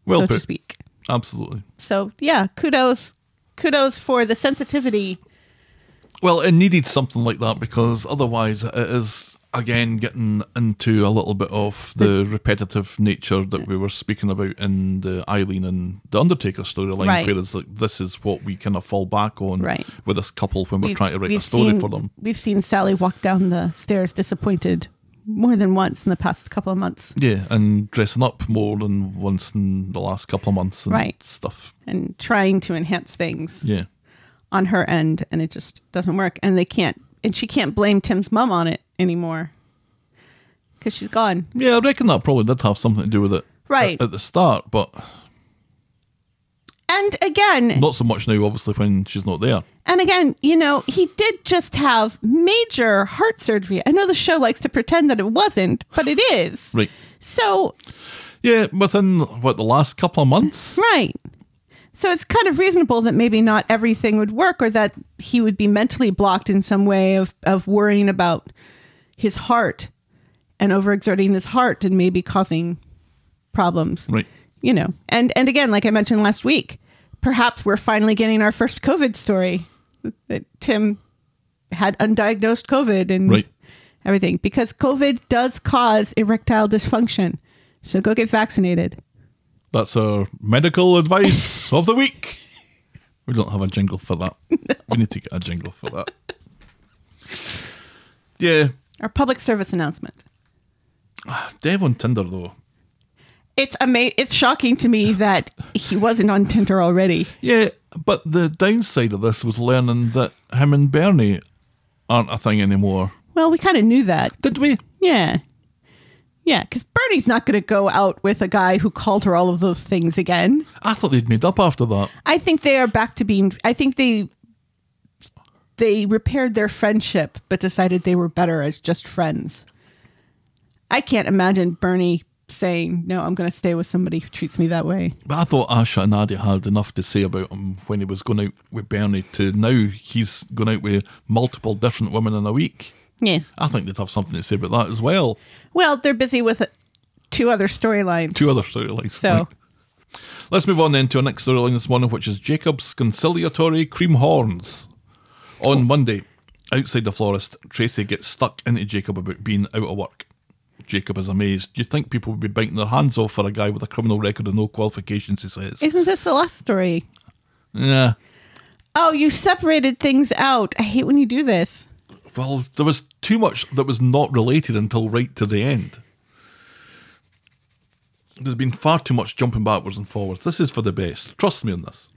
F: Well
G: so
F: put.
G: to speak.
F: Absolutely.
G: So yeah, kudos, kudos for the sensitivity.
F: Well, it needed something like that because otherwise it is again getting into a little bit of the repetitive nature that we were speaking about in the Eileen and the Undertaker storyline,
G: Right.
F: whereas like this is what we kind of fall back on
G: Right.
F: with this couple when we're trying to write a
G: we've
F: story
G: seen-
F: for them.
G: We've seen Sally walk down the stairs disappointed more than once in the past couple of months,
F: Yeah, and dressing up more than once in the last couple of months and
G: Right.
F: stuff.
G: and trying to enhance things
F: Yeah.
G: on her end, and it just doesn't work. And they can't, and she can't blame Tim's mum on it anymore because she's gone.
F: Yeah, I reckon that probably did have something to do with it.
G: Right.
F: At, at the start, but
G: And again,
F: not so much now, obviously, when she's not there.
G: And again, you know, he did just have major heart surgery. I know the show likes to pretend that it wasn't, but it is.
F: Right.
G: So,
F: Yeah, within what the last couple of months.
G: right. So it's kind of reasonable that maybe not everything would work or that he would be mentally blocked in some way of, of worrying about his heart and overexerting his heart and maybe causing problems.
F: Right.
G: You know. And and again, like I mentioned last week, perhaps we're finally getting our first COVID story that Tim had undiagnosed COVID and
F: Right.
G: everything because COVID does cause erectile dysfunction. So go get vaccinated.
F: That's our medical advice of the week. We don't have a jingle for that. We need to get a jingle for that. Yeah,
G: Our public service announcement.
F: Dev on Tinder though.
G: It's ama- it's shocking to me that he wasn't on Tinder already.
F: Yeah, but the downside of this was learning that him and Bernie aren't a thing anymore.
G: Well, we kind of knew that.
F: Did we?
G: Yeah. Yeah, because Bernie's not going to go out with a guy who called her all of those things again.
F: I thought they'd made up after that.
G: I think they are back to being. I think they they repaired their friendship, but decided they were better as just friends. I can't imagine Bernie saying, "No, I'm going to stay with somebody who treats me that way."
F: But I thought Asha and Addy had enough to say about him when he was going out with Bernie to now he's going out with multiple different women in a week.
G: Yes.
F: I think they'd have something to say about that as well.
G: Well, they're busy with uh, two other storylines.
F: Two other storylines.
G: So,
F: right. Let's move on then to our next storyline this morning, which is Jacob's conciliatory cream horns. On Monday, outside the florist, Tracy gets stuck into Jacob about being out of work. Jacob is amazed. You think people would be biting their hands off for a guy with a criminal record and no qualifications? He says.
G: isn't this the last story?
F: yeah.
G: Oh, you separated things out. I hate when you do this.
F: Well, there was too much that was not related until right to the end. There's been far too much jumping backwards and forwards. This is for the best. Trust me on this.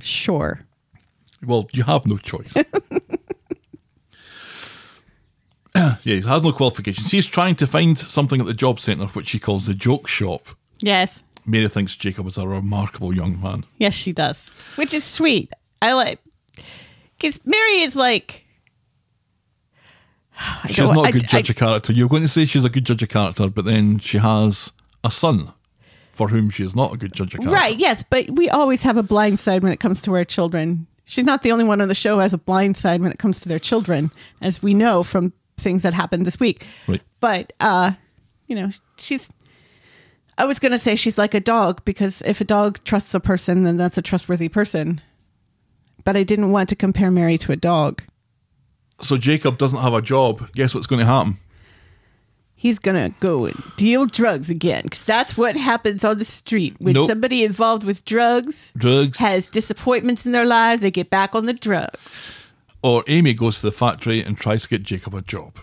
G: Sure.
F: Well, you have no choice. yeah, he has no qualifications. He's trying to find something at the job centre, which he calls the joke shop.
G: Yes.
F: Mary thinks Jacob is a remarkable young man.
G: Yes, she does, which is sweet. I like because Mary is like I
F: She's
G: don't-
F: not
G: I-
F: a good judge
G: I-
F: of character. You're going to say she's a good judge of character, but then she has a son for whom she is not a good judge of character.
G: right? Yes, but we always have a blind side when it comes to our children. She's not the only one on the show who has a blind side when it comes to their children, as we know from things that happened this week.
F: Right.
G: But uh, you know, she's. I was gonna say she's like a dog because if a dog trusts a person, then that's a trustworthy person. But I didn't want to compare Mary to a dog.
F: So Jacob doesn't have a job. Guess what's going to happen?
G: he's gonna go and deal drugs again because that's what happens on the street when
F: Nope.
G: somebody involved with drugs
F: Drugs.
G: has disappointments in their lives they get back on the drugs
F: Or Amy goes to the factory and tries to get Jacob a job.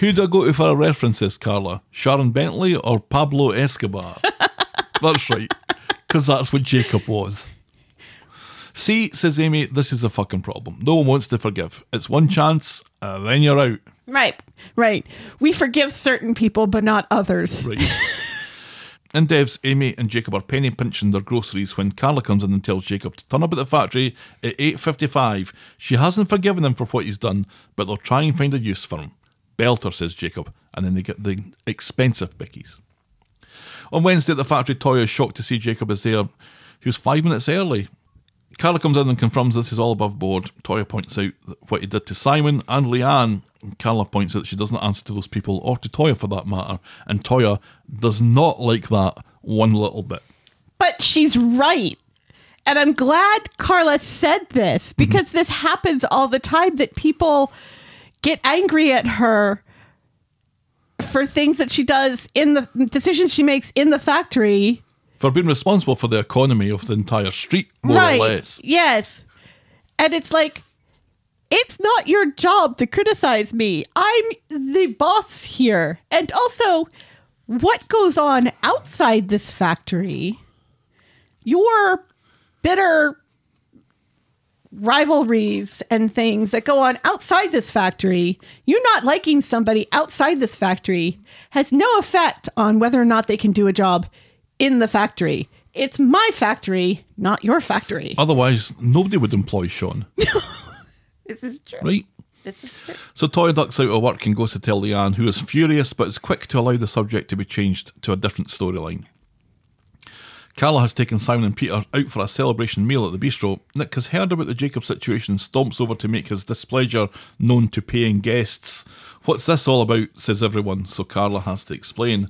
F: Who'd I go to for references, Carla? Sharon Bentley or Pablo Escobar? that's right, because that's what Jacob was. See, says Amy, this is a fucking problem. No one wants to forgive. It's one chance, and then you're out.
G: Right. Right. We forgive certain people, but not others.
F: Right. In Devs, Amy and Jacob are penny pinching their groceries when Carla comes in and tells Jacob to turn up at the factory at 8.55. She hasn't forgiven him for what he's done, but they'll try and find a use for him. Belter, says Jacob, and then they get the expensive bickies. On Wednesday at the factory, Toya is shocked to see Jacob is there. He was five minutes early. Carla comes in and confirms this is all above board. Toya points out that what he did to Simon and Leanne. Carla points out that she doesn't answer to those people or to Toya for that matter, and Toya does not like that one little bit.
G: But she's right. And I'm glad Carla said this
F: Mm-hmm.
G: because this happens all the time that people get angry at her for things that she does in the decisions she makes in the factory.
F: For being responsible for the economy of the entire street, more
G: right.
F: or less.
G: Yes. And it's like, it's not your job to criticize me. I'm the boss here. And also, what goes on outside this factory? Your bitter rivalries and things that go on outside this factory, you not liking somebody outside this factory has no effect on whether or not they can do a job in the factory. It's my factory, not your factory.
F: Otherwise, nobody would employ Sean,
G: This is true.
F: right?
G: This is true.
F: So Toya ducks out of work and goes to tell Leanne, who is furious but is quick to allow the subject to be changed to a different storyline. Carla has taken Simon and Peter out for a celebration meal at the bistro. Nick has heard about the Jacob situation and stomps over to make his displeasure known to paying guests. What's this all about? says everyone, so Carla has to explain.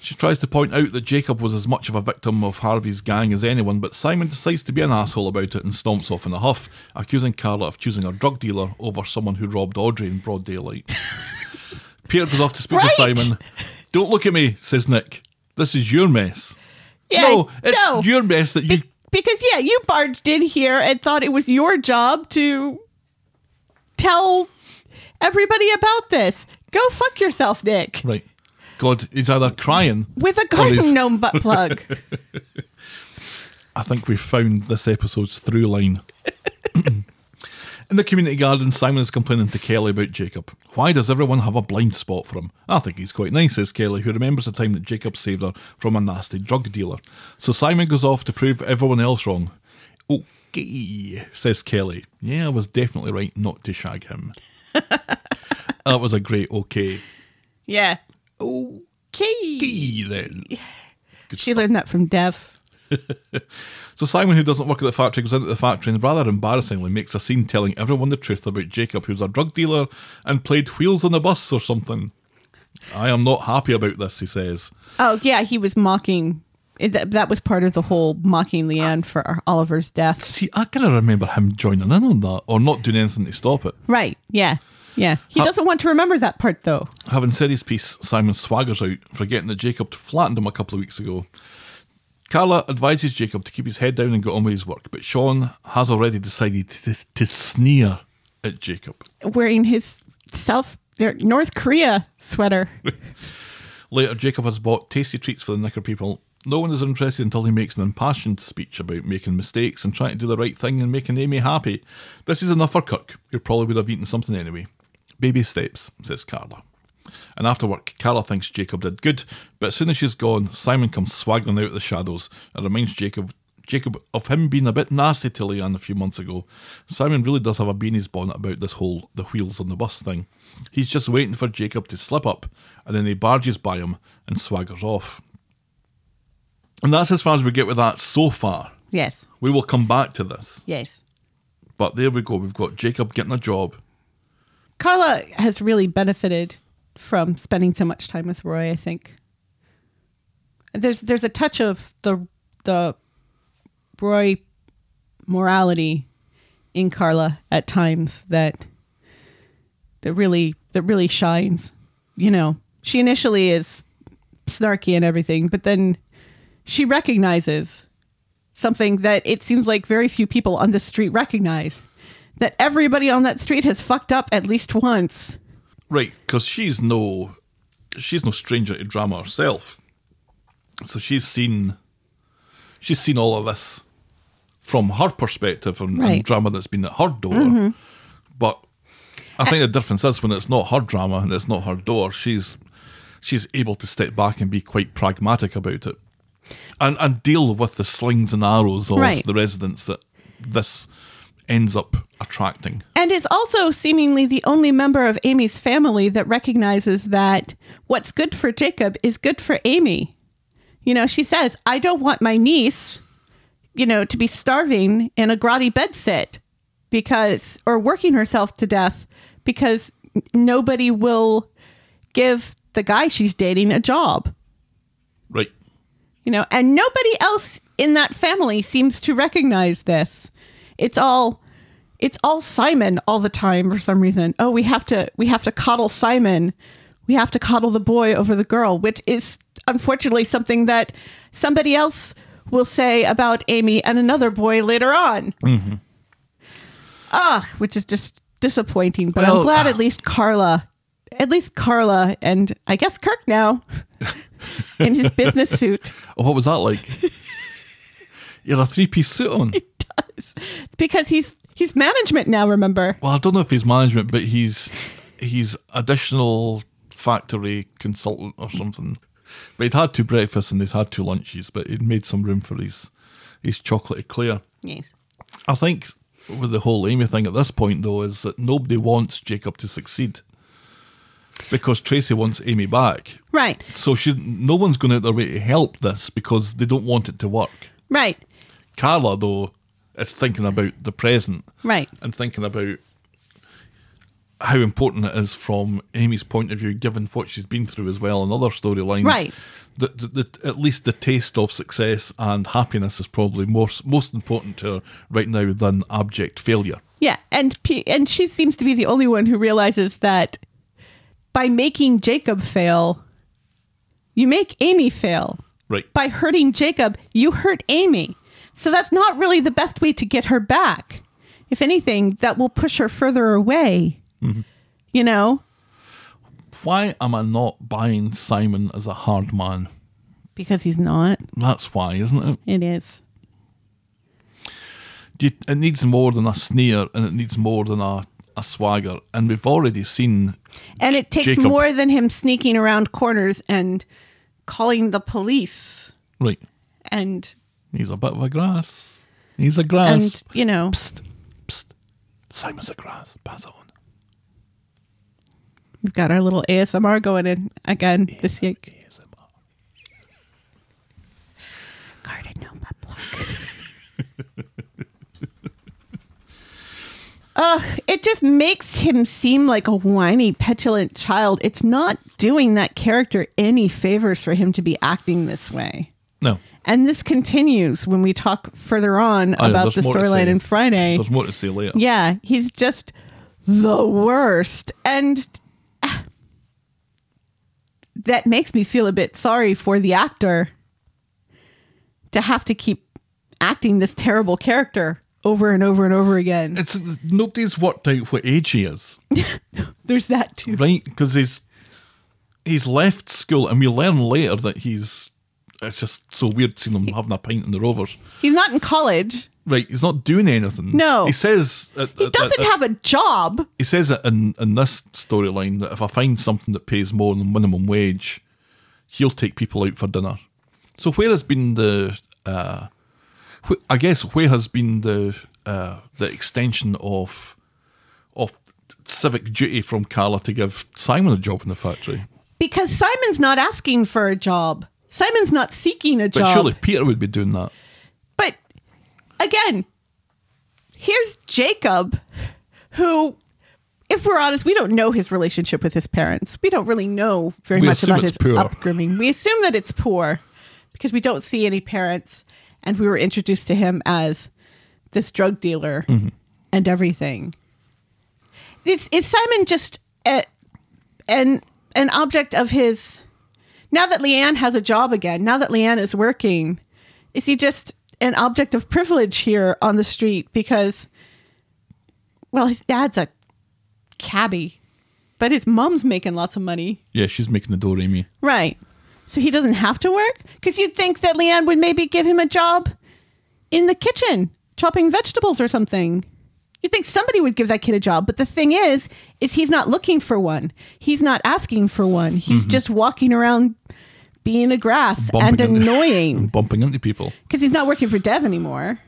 F: She tries to point out that Jacob was as much of a victim of Harvey's gang as anyone, but Simon decides to be an asshole about it and stomps off in a huff, accusing Carla of choosing a drug dealer over someone who robbed Audrey in broad daylight. Peter goes off to speak to
G: Right.
F: Simon. Don't look at me, says Nick. This is your mess.
G: Yeah,
F: no, it's
G: no.
F: your mess that you.
G: because yeah, you barged in here and thought it was your job to tell everybody about this. Go fuck yourself, Nick.
F: right. God, he's either crying.
G: With a
F: or he's-
G: garden gnome butt plug.
F: I think we found this episode's through line. In the community garden, Simon is complaining to Kelly about Jacob. Why does everyone have a blind spot for him? I think he's quite nice, says Kelly, who remembers the time that Jacob saved her from a nasty drug dealer. So Simon goes off to prove everyone else wrong. Okay, says Kelly. Yeah, I was definitely right not to shag him. that was a great okay.
G: yeah. Okay.
F: Okay then. Good
G: She learned that from Dev.
F: So Simon, who doesn't work at the factory, goes into the factory and rather embarrassingly makes a scene telling everyone the truth about Jacob, who's a drug dealer and played wheels on the bus or something. I am not happy about this, he says.
G: Oh yeah, he was mocking. it- That, that was part of the whole mocking Leanne for Oliver's death.
F: See, I kind of remember him joining in on that or not doing anything to stop it.
G: Right. Yeah. Yeah. He
F: How-
G: doesn't want to remember that part though.
F: Having said his piece, Simon swaggers out, forgetting that Jacob flattened him a couple of weeks ago. Carla advises Jacob to keep his head down and get on with his work, but Sean has already decided to, to sneer at Jacob.
G: Wearing his South er, North Korea sweater.
F: Later, Jacob has bought tasty treats for the knicker people. No one is interested until he makes an impassioned speech about making mistakes and trying to do the right thing and making Amy happy. This is enough for Kirk, who probably would have eaten something anyway. Baby steps, says Carla. And after work, Carla thinks Jacob did good, but as soon as she's gone, Simon comes swaggering out of the shadows and reminds Jacob Jacob of him being a bit nasty to Leanne a few months ago. Simon really does have a beanie's bonnet about this whole the wheels on the bus thing. He's just waiting for Jacob to slip up, and then he barges by him and swaggers off. And that's as far as we get with that so far.
G: Yes.
F: We will come back to this.
G: Yes.
F: But there we go. We've got Jacob getting a job.
G: Carla has really benefited from spending so much time with Roy, I think. There's there's a touch of the the Roy morality in Carla at times that that really that really shines. You know, she initially is snarky and everything, but then she recognizes something that it seems like very few people on the street recognize that everybody on that street has fucked up at least once.
F: Right, because she's no, she's no stranger to drama herself. So she's seen, she's seen all of this from her perspective and, and
G: Right. Mm-hmm.
F: drama that's been at her door. But I think the difference is when it's not her drama and it's not her door, she's she's able to step back and be quite pragmatic about it. And and deal with the slings and arrows of
G: Right.
F: the residents that this ends up attracting.
G: And is also seemingly the only member of Amy's family that recognizes that what's good for Jacob is good for Amy. You know, she says, I don't want my niece, you know, to be starving in a grotty bedsit because, or working herself to death because n- nobody will give the guy she's dating a job,
F: Right.
G: you know, and nobody else in that family seems to recognize this. It's all it's all Simon all the time for some reason. Oh, we have to we have to coddle Simon. We have to coddle the boy over the girl, which is unfortunately something that somebody else will say about Amy and another boy later on. Mm-hmm. Ah, which is just disappointing. But I'm
F: Well,
G: glad
F: ah.
G: at least Carla, at least Carla, and I guess Kirk now, in his business suit.
F: Oh, what was that like? you had a three piece suit on.
G: It's because he's he's management now. Remember?
F: Well, I don't know if he's management, but he's he's additional factory consultant or something. But he'd had two breakfasts and he'd had two lunches, but he'd made some room for his his chocolate eclair.
G: Yes.
F: I think with the whole Amy thing at this point though is that nobody wants Jacob to succeed. Because Tracy wants Amy back.
G: Right.
F: So she no one's going out their way to help this because they don't want it to work.
G: Right.
F: Carla though is thinking about the present
G: Right.
F: and thinking about how important it is from Amy's point of view, given what she's been through as well and other storylines.
G: Right.
F: The, the, the, at least the taste of success and happiness is probably most most important to her right now than abject failure.
G: Yeah, and P- and she seems to be the only one who realizes that by making Jacob fail, you make Amy fail.
F: Right.
G: By hurting Jacob, you hurt Amy. So that's not really the best way to get her back. If anything, that will push her further away. You know,
F: Why am I not buying Simon as a hard man?
G: because he's not.
F: That's why, isn't it?
G: It is.
F: you, it needs more than a sneer and it needs more than a, a swagger. And we've already seen
G: And it takes
F: Jacob-
G: more than him sneaking around corners and calling the police
F: right.
G: and
F: He's a bit of a grass. He's a grass.
G: and you know
F: psst, psst. Simon's a grass. Pass it on.
G: We've got our little ASMR going in again this year.
F: ASMR.
G: Garden gnome butt plug. Ugh, it just makes him seem like a whiny, petulant child. It's not doing that character any favors for him to be acting this way.
F: No.
G: And this continues when we talk further on
F: I know,
G: about
F: Oh, there's
G: the
F: more to
G: storyline
F: say.
G: in Friday.
F: There's more to say later.
G: Yeah, he's just the worst. And ah, that makes me feel a bit sorry for the actor to have to keep acting this terrible character over and over and over again.
F: It's nobody's worked out what age he is,
G: There's that too.
F: right? Because he's he's left school, and we learn later that he's. It's just so weird seeing him having a pint in the Rovers.
G: He's not in college.
F: Right, he's not doing anything.
G: No.
F: he says at-
G: He
F: at- at-
G: doesn't have a job.
F: he says that in, in this storyline that if I find something that pays more than minimum wage, he'll take people out for dinner. So where has been the, uh, wh- I guess where has been the uh, the extension of of civic duty from Carla to give Simon a job in the factory?
G: Because Simon's not asking for a job. Simon's not seeking a
F: But
G: job.
F: surely Peter would be doing that.
G: But again, here's Jacob, who, if we're honest, we don't know his relationship with his parents. We don't really know very
F: We
G: much
F: assume
G: about
F: it's
G: his
F: poor.
G: upbringing. We assume that it's poor because we don't see any parents, and we were introduced to him as this drug dealer
F: Mm-hmm.
G: and everything. Is, is Simon just a, an an object of his? Now that Leanne has a job again, now that Leanne is working, is he just an object of privilege here on the street because well his dad's a cabbie but his mom's making lots of money
F: Yeah, she's making the door, Amy.
G: right so he doesn't have to work because you'd think that leanne would maybe give him a job in the kitchen chopping vegetables or something You'd think somebody would give that kid a job, but the thing is, is he's not looking for one. He's not asking for one. He's just walking around being a grass and
F: into-
G: annoying
F: bumping into people.
G: because he's not working for Dev anymore.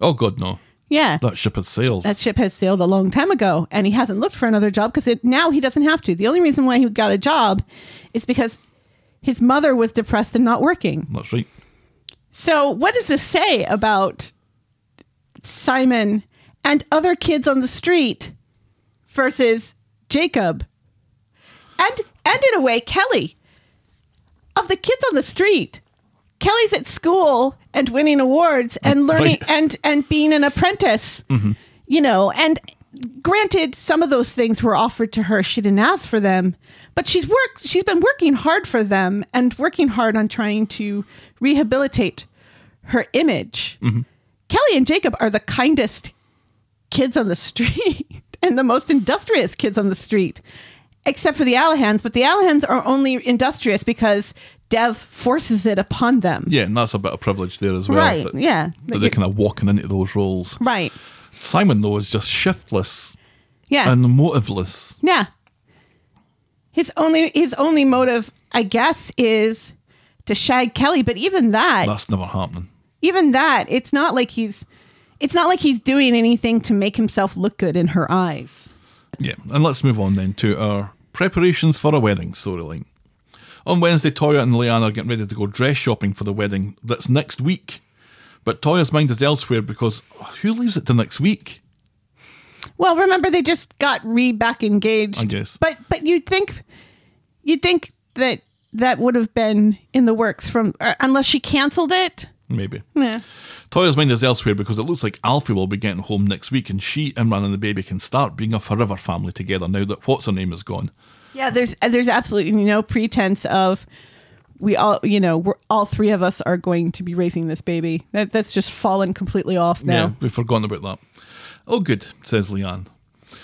F: Oh God, no!
G: Yeah,
F: That ship has sailed.
G: that ship has sailed a long time ago, and he hasn't looked for another job because now he doesn't have to. The only reason why he got a job is because his mother was depressed and not working.
F: That's right.
G: So, what does this say about Simon and other kids on the street versus Jacob? And and in a way, Kelly. Of the kids on the street, Kelly's at school and winning awards and learning
F: right.
G: and and being an apprentice. You know, and granted some of those things were offered to her she didn't ask for them but she's worked she's been working hard for them and working hard on trying to rehabilitate her image kelly and jacob are the kindest kids on the street and the most industrious kids on the street except for the alahans but the alahans are only industrious because dev forces it upon them
F: Yeah, and that's a bit of privilege there as well.
G: right
F: that-
G: yeah
F: That they're kind of walking into those roles.
G: right
F: Simon though is just shiftless
G: yeah
F: and motiveless.
G: Yeah. His only his only motive, I guess, is to shag Kelly, but even that,
F: That's never happening.
G: even that, it's not like he's it's not like he's doing anything to make himself look good in her eyes.
F: Yeah, and let's move on then to our preparations for a wedding storyline. On Wednesday, Toya and Leanne are getting ready to go dress shopping for the wedding that's next week. But Toya's mind is elsewhere because who leaves it to next week?
G: Well, remember they just got re back engaged.
F: I guess.
G: But but you'd think you'd think that that would have been in the works from uh, unless she canceled it.
F: Maybe.
G: Yeah.
F: Toya's mind is elsewhere because it looks like Alfie will be getting home next week and she, Imran, and the baby can start being a forever family together now that what's her name is gone.
G: Yeah, there's uh, there's absolutely no pretense of we all you know we're all three of us are going to be raising this baby. That that's just fallen completely off now.
F: Yeah, we've forgotten about that. Oh, good, says Leanne.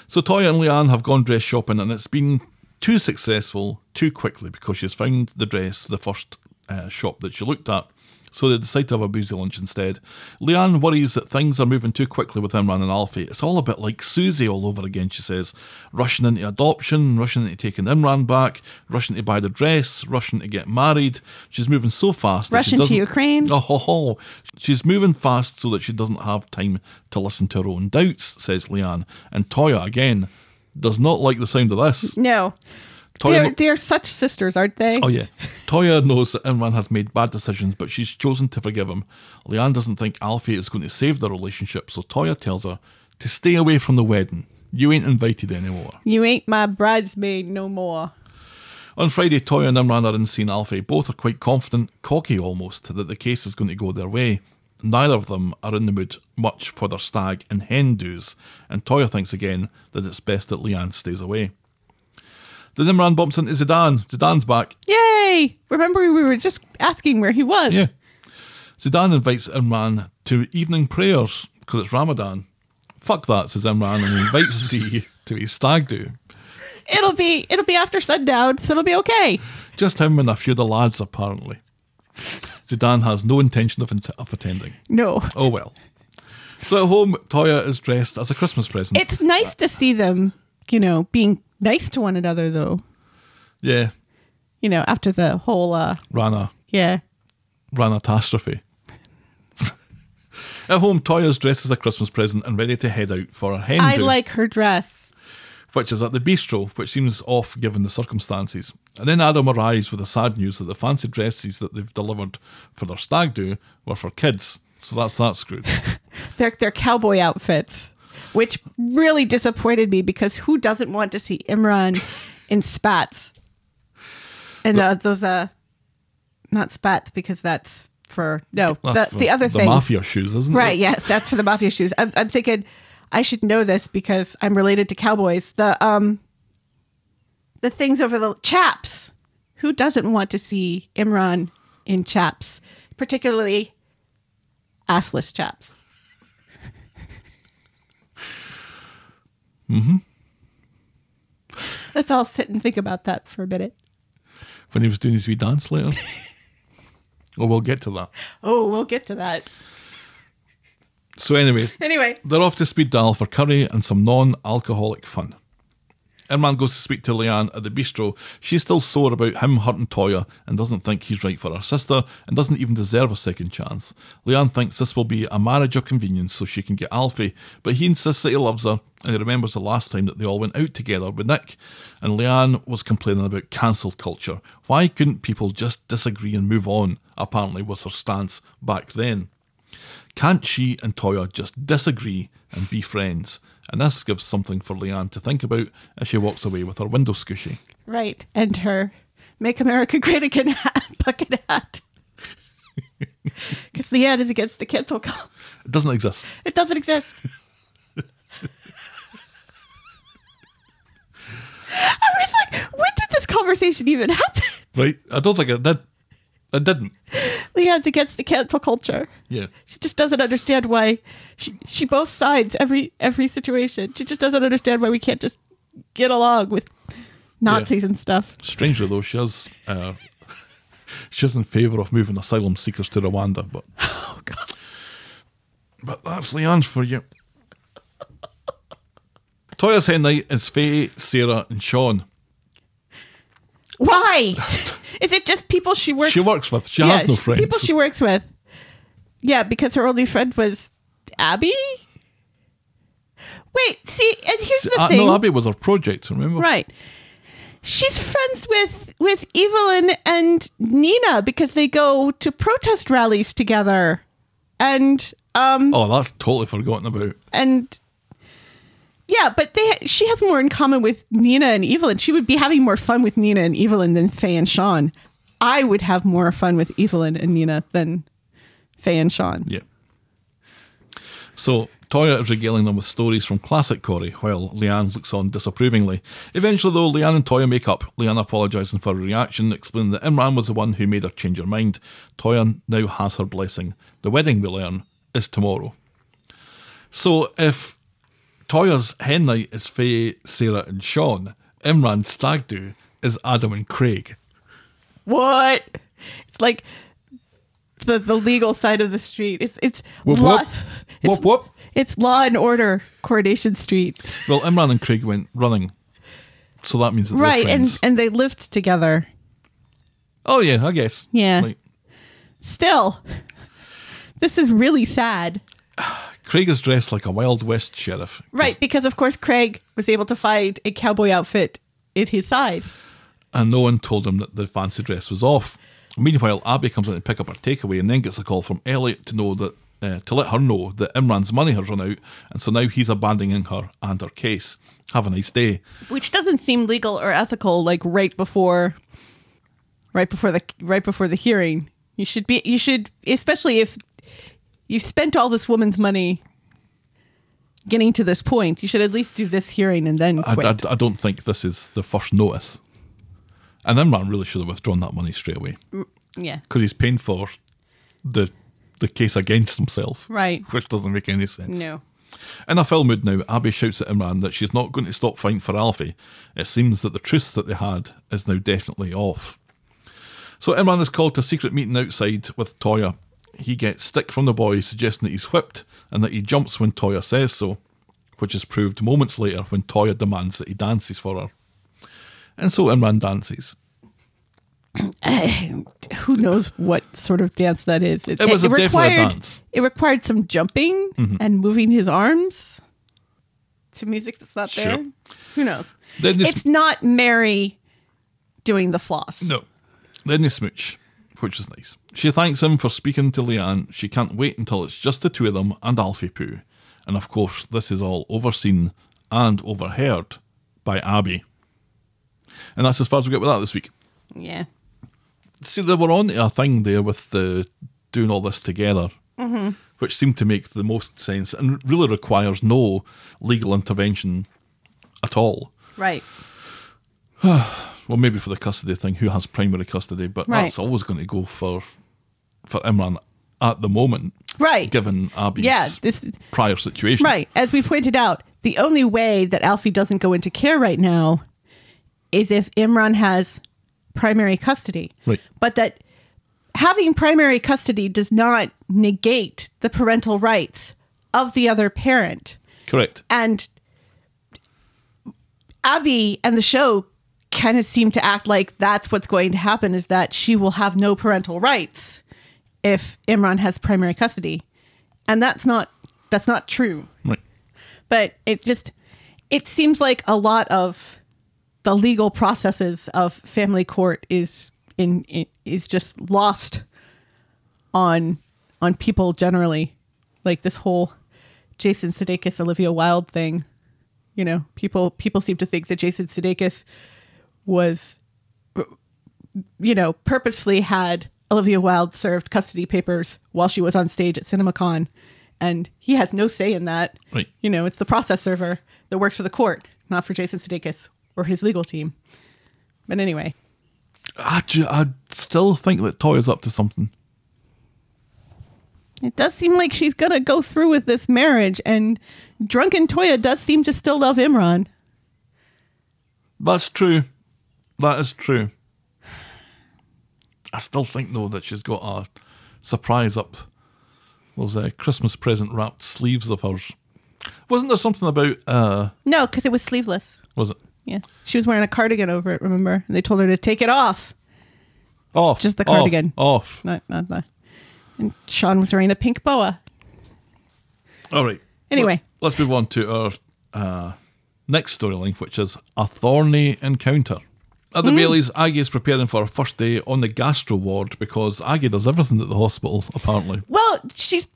F: So Toya and Leanne have gone dress shopping, and it's been too successful too quickly because she's found the dress the first uh, shop that she looked at. So they decide to have a boozy lunch instead. Leanne worries that things are moving too quickly with Imran and Alfie. It's all a bit like Susie all over again, she says. Rushing into adoption, rushing into taking Imran back, rushing to buy the dress, rushing to get married. She's moving so fast. that she
G: Rushing to
F: doesn't-
G: Ukraine.
F: Oh, ho, ho. She's moving fast so that she doesn't have time to listen to her own doubts, says Leanne. And Toya, again, does not like the sound of this.
G: No,
F: Toya,
G: they're
F: kno-
G: they're such sisters, aren't they?
F: oh, yeah. Toya knows that Imran has made bad decisions, but she's chosen to forgive him. Leanne doesn't think Alfie is going to save their relationship, so Toya tells her to stay away from the wedding. You ain't invited anymore.
G: You ain't my bridesmaid no more.
F: On Friday, Toya and Imran are in seeing Alfie. Both are quite confident, cocky almost, that the case is going to go their way. Neither of them are in the mood much for their stag and hen do's, and Toya thinks again that it's best that Leanne stays away. Then Imran bumps into Zidane. Zidane's back.
G: Yay! Remember we were just asking where he was.
F: Yeah. Zidane invites Imran to evening prayers because it's Ramadan. Fuck that, says Imran, and invites Z to his stag do.
G: It'll be it'll be after sundown, so it'll be okay.
F: Just him and a few of the lads, apparently. Zidane has no intention of, int- of attending.
G: No.
F: Oh well. So at home, Toya is dressed as a Christmas present.
G: It's nice to see them, you know, being nice to one another though.
F: yeah,
G: You know, after the whole uh
F: Rana,
G: yeah.
F: Rana catastrophe. at home, Toya's dressed as a Christmas present and ready to head out for her hen
G: I
F: do,
G: like her dress.
F: which is at the bistro, which seems off given the circumstances. And then Adam arrives with the sad news that the fancy dresses that they've delivered for their stag do were for kids. So that's that screwed.
G: their their cowboy outfits, which really disappointed me because who doesn't want to see Imran in spats? And uh, those uh, not spats because that's for no
F: That's
G: the, the
F: for
G: other
F: the
G: thing,
F: mafia shoes, isn't
G: right?
F: it?
G: Yes, that's for the mafia shoes. I'm, I'm thinking I should know this because I'm related to cowboys. The um, the things over the chaps. Who doesn't want to see Imran in chaps, particularly assless chaps? Let's all sit and think about that for a minute.
F: When he was doing his wee dance later. well, we'll get to that.
G: Oh, we'll get to that.
F: So anyway,
G: Anyway,
F: they're off to speed dial for curry and some non-alcoholic fun. Irman goes to speak to Leanne at the bistro. She's still sore about him hurting Toya and doesn't think he's right for her sister and doesn't even deserve a second chance. Leanne thinks this will be a marriage of convenience so she can get Alfie, but he insists that he loves her and he remembers the last time that they all went out together with Nick and Leanne was complaining about cancel culture. Why couldn't people just disagree and move on, apparently was her stance back then. Can't she and Toya just disagree and be friends? And this gives something for Leanne to think about as she walks away with her window squishy.
G: right. And her Make America Great Again hat, bucket hat. Because the ad is against the cancel call.
F: It doesn't exist.
G: It doesn't exist. I was like, when did this conversation even happen?
F: Right? I don't think it did. It didn't.
G: Leanne's against the cancel culture.
F: Yeah.
G: She just doesn't understand why she she both sides every every situation. She just doesn't understand why we can't just get along with Nazis and stuff.
F: Strangely though, she is uh, she's in favour of moving asylum seekers to Rwanda, but
G: Oh god.
F: But that's Leanne's for you. Toya's hen night is Faye, Sarah, and Sean.
G: Why? Is it just people she works
F: She works with. She
G: Yeah,
F: has no
G: she-
F: friends.
G: People she works with. Yeah, because her only friend was Abby. Wait, see, and here's the
F: Uh,
G: thing.
F: no, Abby was her project, remember?
G: Right. She's friends with with Evelyn and Nina because they go to protest rallies together. And um
F: Oh, that's totally forgotten about.
G: and yeah, but they she has more in common with Nina and Evelyn. She would be having more fun with Nina and Evelyn than Faye and Sean. I would have more fun with Evelyn and Nina than Faye and Sean.
F: Yeah. So Toya is regaling them with stories from classic Corey, while Leanne looks on disapprovingly. Eventually, though, Leanne and Toya make up. Leanne apologising for her reaction, explaining that Imran was the one who made her change her mind. Toya now has her blessing. The wedding, we learn, is tomorrow. So if Toya's hen night is Faye, Sarah, and Sean, Imran's stag do is Adam and Craig.
G: What? It's like the the legal side of the street. It's it's
F: Whoop,
G: law,
F: whoop. Whoop, whoop.
G: It's Law and Order, Coronation Street.
F: Well, Imran and Craig went running. So that means that they're
G: right, and
F: friends.
G: and they lived together.
F: Oh yeah, I guess.
G: Yeah.
F: Like,
G: Still, this is really sad.
F: Craig is dressed like a Wild West sheriff.
G: Right, because of course Craig was able to find a cowboy outfit in his size.
F: And no one told him that the fancy dress was off. Meanwhile, Abby comes in to pick up her takeaway and then gets a call from Elliot to know that uh, to let her know that Imran's money has run out, and so now he's abandoning her and her case. Have a nice day.
G: Which doesn't seem legal or ethical like right before right before the right before the hearing. You should be you should especially if you spent all this woman's money getting to this point, you should at least do this hearing and then
F: I,
G: quit.
F: I- I don't think this is the first notice. And Imran really should have withdrawn that money straight away
G: yeah.
F: because he's paying for the the case against himself,
G: Right.
F: Which doesn't make any sense.
G: No.
F: In a film mood now, Abby shouts at Imran that she's not going to stop fighting for Alfie. It seems that the truce that they had is now definitely off. So Imran is called to a secret meeting outside with Toya. He gets stick from the boy, suggesting that he's whipped and that he jumps when Toya says so, which is proved moments later when Toya demands that he dances for her. And so Imran dances.
G: who knows what sort of dance that is.
F: It was a definite dance. Mm-hmm.
G: It required some jumping and moving his arms to music that's not
F: Sure.
G: there. Who knows?
F: Then they
G: It's not Mary doing the floss.
F: No. Then they smooch, which is nice. She thanks him for speaking to Leanne. She can't wait until it's just the two of them and Alfie Pooh. And of course, this is all overseen and overheard by Abby. And that's as far as we get with that this week.
G: Yeah.
F: See, they were on to a thing there with the doing all this together, which seemed to make the most sense and really requires no legal intervention at all.
G: Right.
F: Well, maybe for the custody thing, who has primary custody, but
G: Right.
F: that's always going to go for for Imran at the moment,
G: Right.
F: given Abby's
G: Yeah, this-
F: prior situation.
G: Right. As we pointed out, the only way that Alfie doesn't go into care right now is if Imran has primary custody.
F: Right.
G: But that having primary custody does not negate the parental rights of the other parent.
F: Correct.
G: And Abby and the show kind of seem to act like that's what's going to happen is that she will have no parental rights if Imran has primary custody. And that's not that's not true.
F: Right.
G: But it just it seems like a lot of the legal processes of family court is in, in is just lost on on people generally. Like this whole Jason Sudeikis Olivia Wilde thing. You know, people people seem to think that Jason Sudeikis was you know, purposefully had Olivia Wilde served custody papers while she was on stage at CinemaCon and he has no say in that.
F: Right.
G: You know, it's the process server that works for the court, not for Jason Sudeikis or his legal team. But anyway,
F: I, ju- I still think that Toy is up to something.
G: It does seem like she's gonna go through with this marriage, and drunken Toya does seem to still love Imran.
F: That's true. That is true. I still think though that she's got a surprise up those uh, Christmas present wrapped sleeves of hers. Wasn't there something about uh
G: No, because it was sleeveless.
F: was it
G: Yeah, she was wearing a cardigan over it. Remember, and they told her to take it off.
F: off
G: Just the
F: off,
G: cardigan.
F: off.
G: Not, not the. And Sean was wearing a pink boa.
F: All right.
G: Anyway.
F: Let, us move on to our uh, next storyline, which is a thorny encounter. At the
G: Hmm.
F: Baileys, Aggie is preparing for her first day on the gastro ward because Aggie does everything at the hospital, apparently.
G: Well, she's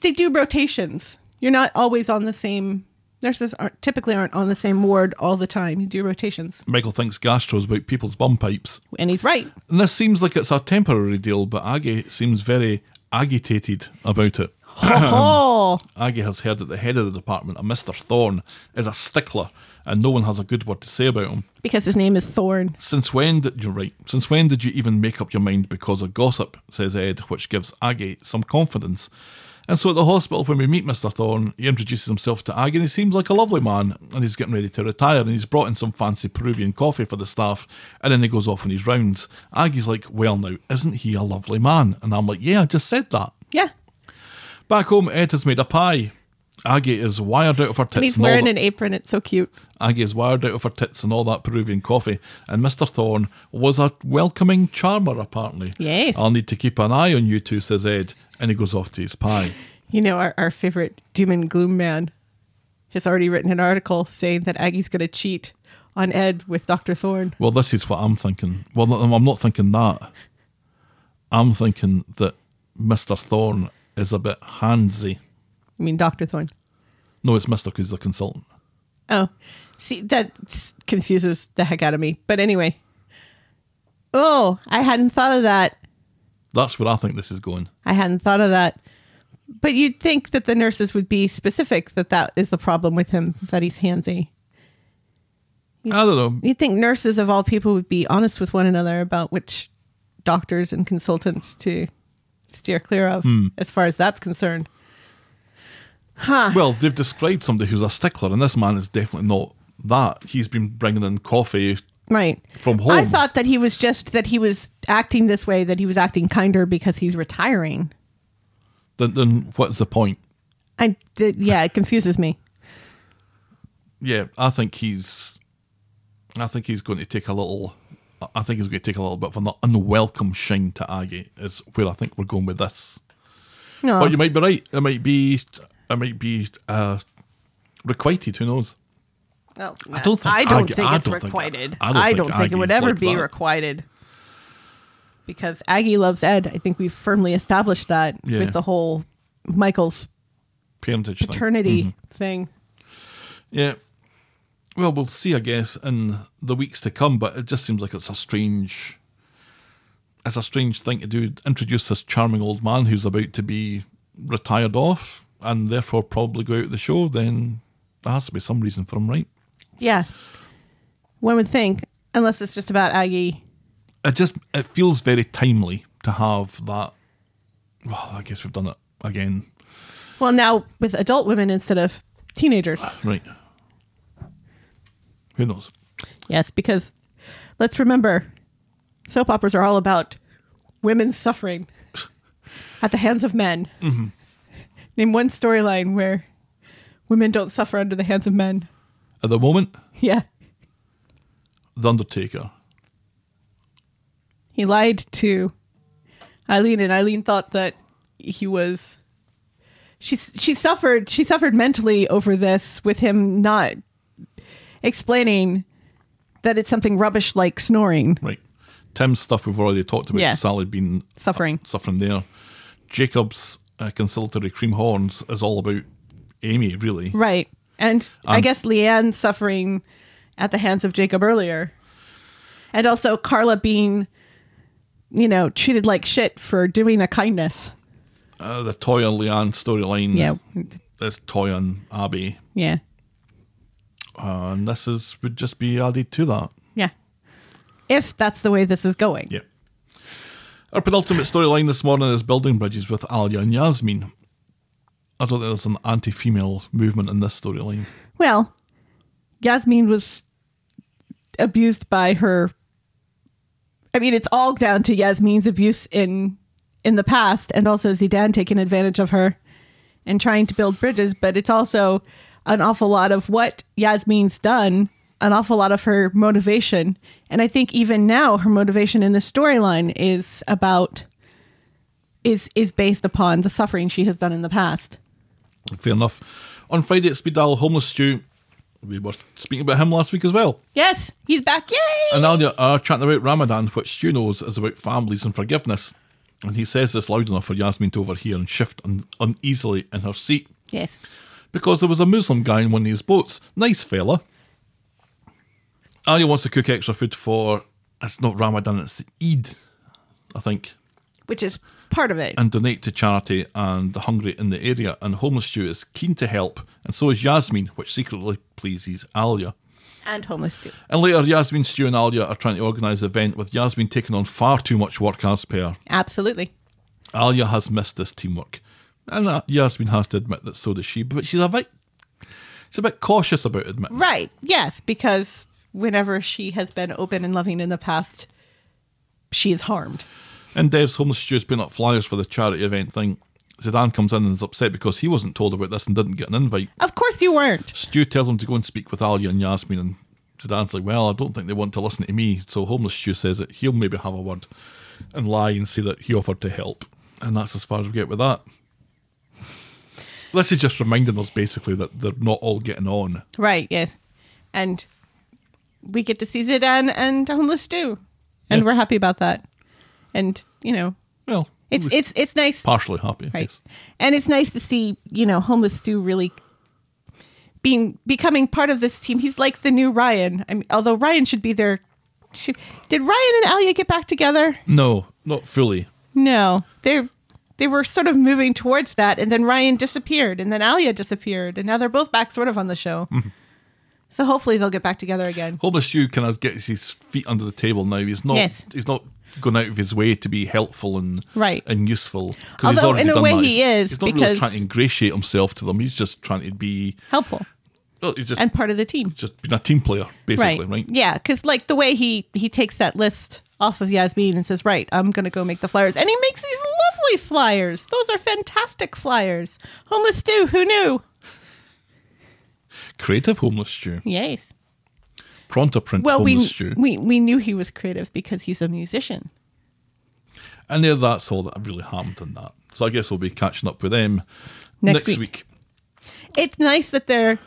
G: they do rotations. You're not always on the same. Nurses aren't typically aren't on the same ward all the time. You do rotations,
F: Michael thinks gastro is about people's bum pipes.
G: and he's right.
F: And this seems like it's a temporary deal, but Aggie seems very agitated about it.
G: oh,
F: Aggie has heard that the head of the department, a Mr. Thorne, is a stickler and no one has a good word to say about him.
G: because his name is Thorn.
F: Since when did you right? Since when did you even make up your mind because of gossip? says Ed, which gives Aggie some confidence. And so at the hospital, when we meet Mr. Thorne, he introduces himself to Aggie and he seems like a lovely man. And he's getting ready to retire and he's brought in some fancy Peruvian coffee for the staff. And then he goes off on his rounds. Aggie's like, Well, now, isn't he a lovely man? And I'm like, Yeah, I just said that.
G: Yeah,
F: Back home, Ed has made a pie. Aggie is wired out of her tits.
G: and he's
F: all
G: wearing
F: that-
G: an apron. It's so cute.
F: Aggie is wired out of her tits and all that Peruvian coffee, and Mr. Thorne was a welcoming charmer, apparently.
G: Yes.
F: I'll need to keep an eye on you two, says Ed, and he goes off to his pie.
G: You know, our, our favorite doom and gloom man has already written an article saying that Aggie's going to cheat on Ed with Dr. Thorne.
F: well, this is what I'm thinking. Well, no, I'm not thinking that. I'm thinking that Mr. Thorne is a bit handsy.
G: I mean, Dr. Thorne.
F: No, it's Mr. because he's a consultant.
G: Oh, see, that s- confuses the heck out of me. But anyway. Oh, I hadn't thought of that.
F: That's where I think this is going.
G: I hadn't thought of that. But you'd think that the nurses would be specific that that is the problem with him, that he's handsy.
F: I don't know.
G: You'd think nurses of all people would be honest with one another about which doctors and consultants to steer clear of,
F: Hmm.
G: as far as that's concerned.
F: Well, they've described somebody who's a stickler, and this man is definitely not that. He's been bringing in coffee.
G: Right.
F: From
G: I
F: home.
G: thought that he was just that he was acting this way, that he was acting kinder because he's retiring.
F: Then, then what's the point?
G: I did, yeah, it confuses me.
F: yeah, I think he's, I think he's going to take a little, I think he's going to take a little bit of an unwelcome shine to Aggie is where I think we're going with this.
G: No.
F: But you might be right. It might be, it might be uh, requited. Who knows?
G: Oh,
F: I don't think-
G: I don't
F: I-
G: think
F: I
G: it's
F: don't think-
G: requited.
F: I don't
G: I
F: think
G: don't think it would
F: Aggie's
G: ever
F: like
G: be
F: that.
G: requited. Because Aggie loves Ed. I think we've firmly established that
F: Yeah.
G: with the whole Michael's
F: Parentage thing.
G: paternity thing.
F: Yeah. Well, we'll see. I guess in the weeks to come, but it just seems like it's a strange, it's a strange thing to do. Introduce this charming old man who's about to be retired off, and therefore probably go out of the show. Then there has to be some reason for him, right?
G: Yeah. One would think, unless it's just about Aggie.
F: it just it feels very timely to have that. Well, I guess we've done it again,
G: Well, now with adult women instead of teenagers.
F: right? Who knows?
G: Yes, because let's remember soap operas are all about women suffering at the hands of men. Name one storyline where women don't suffer under the hands of men.
F: At the moment,
G: Yeah.
F: The Undertaker.
G: He lied to Eileen, and Eileen thought that he was. She she suffered she suffered mentally over this with him not explaining that it's something rubbish like snoring
F: Right. Tim's stuff we've already talked about.
G: Yeah.
F: Sally being
G: suffering.
F: suffering there. Jacob's uh, conciliatory cream horns is all about Amy, really.
G: Right. And I
F: Um,
G: guess Leanne suffering at the hands of Jacob earlier. And also Carla being, you know, treated like shit for doing a kindness.
F: Uh, the Toy and Leanne storyline.
G: Yeah.
F: That's Toy and Abby.
G: Yeah.
F: Uh, and this is would just be added to that.
G: Yeah. If that's the way this is going.
F: Yeah. Our penultimate storyline this morning is building bridges with Alia and Yasmin. I don't think there's an anti female movement in this storyline.
G: Well, Yasmin was abused by her. I mean, it's all down to Yasmin's abuse in in the past, and also Zidane taking advantage of her and trying to build bridges. But it's also an awful lot of what Yasmin's done, an awful lot of her motivation, and I think even now her motivation in the storyline is about is is based upon the suffering she has done in the past.
F: Fair enough. On Friday at Speed Dial, Homeless Stew, we were speaking about him last week as well.
G: Yes, he's back! Yay!
F: And Alia are chatting about Ramadan, which Stu knows is about families and forgiveness. And he says this loud enough for Yasmin to overhear and shift un- uneasily in her seat
G: Yes.
F: because there was a Muslim guy in one of these boats. Nice fella. Alia wants to cook extra food for, it's not Ramadan, it's the Eid, I think,
G: which is part of it.
F: and donate to charity and the hungry in the area. And Homeless Stew is keen to help, and so is Yasmin, which secretly pleases Alia.
G: and homeless too.
F: And later, Yasmin, Stu, and Alia are trying to organise the event, with Yasmin taking on far too much work as per.
G: Absolutely.
F: Alia has missed this teamwork. And uh, Yasmin has to admit that so does she, but she's a bit, she's a bit cautious about admitting.
G: Right. Yes, because whenever she has been open and loving in the past, she is harmed.
F: And Dev's homeless steward's putting up flyers for the charity event thing. Zidane comes in and is upset because he wasn't told about this and didn't get an invite.
G: Of course you weren't.
F: Stu tells him to go and speak with Alia and Yasmin, and Zidane's like, Well, I don't think they want to listen to me. So homeless Stu says that he'll maybe have a word and lie and say that he offered to help. And that's as far as we get with that. This is just reminding us basically that they're not all getting on.
G: Right, yes. And we get to see Zidane and homeless too. And
F: Yeah.
G: we're happy about that. And, you know,
F: Well, he
G: it's
F: was
G: it's it's nice
F: partially happy.
G: right
F: yes.
G: and it's nice to see you know homeless Stu really being becoming part of this team he's like the new ryan i mean although ryan should be there should, did ryan and alia get back together
F: No, not fully.
G: no they they were sort of moving towards that and then ryan disappeared and then alia disappeared and now they're both back sort of on the show so hopefully they'll get back together again
F: Homeless Stew kind of gets his feet under the table now. He's not.
G: Yes.
F: He's not going out of his way to be helpful and
G: Right.
F: and useful. 'cause he's
G: Although,
F: already
G: in a
F: done
G: way,
F: that.
G: he
F: He's-
G: is,
F: He's not really
G: because-
F: trying to ingratiate himself to them. He's just trying to be.
G: helpful
F: Well, he's just
G: and part of the team
F: just being a team player, basically, right?
G: Yeah, because like the way he he takes that list off of Yasmin and says, "Right, I'm gonna go make the flyers," and he makes these lovely flyers. Those are fantastic flyers. Homeless stew. Who knew?
F: Creative homeless stew,
G: Yes.
F: pronto print
G: Well,
F: homeless
G: we,
F: stew,
G: we we knew he was creative because he's a musician.
F: and there, that's all that really happened in that. So I guess we'll be catching up with them
G: Next
F: next
G: week.
F: week.
G: It's nice that they're.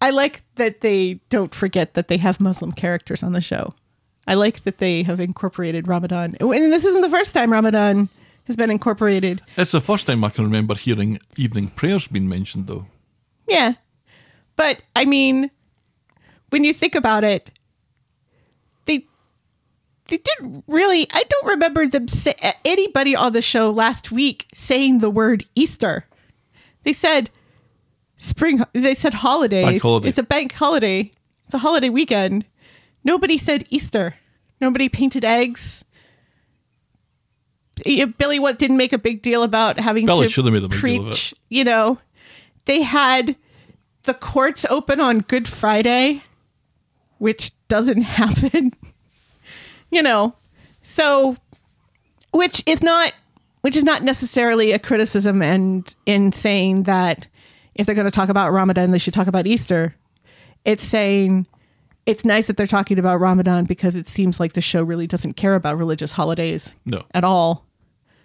G: I like that they don't forget that they have Muslim characters on the show. I like that they have incorporated Ramadan, and this isn't the first time Ramadan has been incorporated.
F: It's the first time I can remember hearing evening prayers being mentioned, though.
G: Yeah. But I mean, when you think about it, they they didn't really I don't remember them say, anybody on the show last week saying the word Easter. They said spring they said holidays.
F: Bank holiday.
G: It's a bank holiday. It's a holiday weekend. Nobody said Easter. Nobody painted eggs. Yeah, Billy what didn't make a big deal about having
F: Billy
G: to
F: should have made a big
G: preach,
F: deal of it.
G: you know. They had the courts open on Good Friday, which doesn't happen, you know. So, which is not which is not necessarily a criticism and in saying that if they're going to talk about Ramadan, they should talk about Easter. It's saying it's nice that they're talking about Ramadan because it seems like the show really doesn't care about religious holidays
F: No.
G: at all.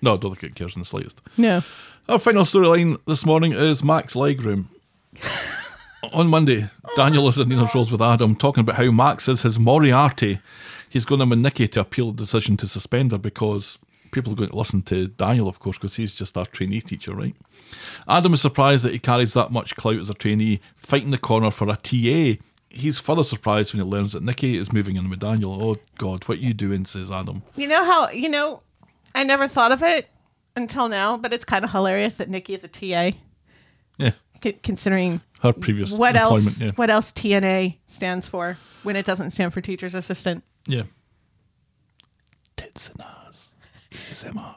F: No, I don't think it cares in the slightest.
G: No.
F: Our final storyline this morning is Max Legroom. On Monday, Daniel is in dinner rolls with Adam, talking about how Max is his Moriarty. He's going to win Nikki to appeal the decision to suspend her because people are going to listen to Daniel, of course, because he's just our trainee teacher, right? Adam is surprised that he carries that much clout as a trainee, fighting the corner for a TA. He's further surprised when he learns that Nikki is moving in with Daniel. Oh, God, what you doing, says Adam.
G: You know how, you know, I never thought of it until now, but it's kind of hilarious that Nikki is a TA,
F: Yeah,
G: c- considering
F: her previous
G: what
F: employment.
G: else
F: yeah.
G: what else TNA stands for when it doesn't stand for teacher's assistant.
F: Yeah. Tits and ass. ASMR.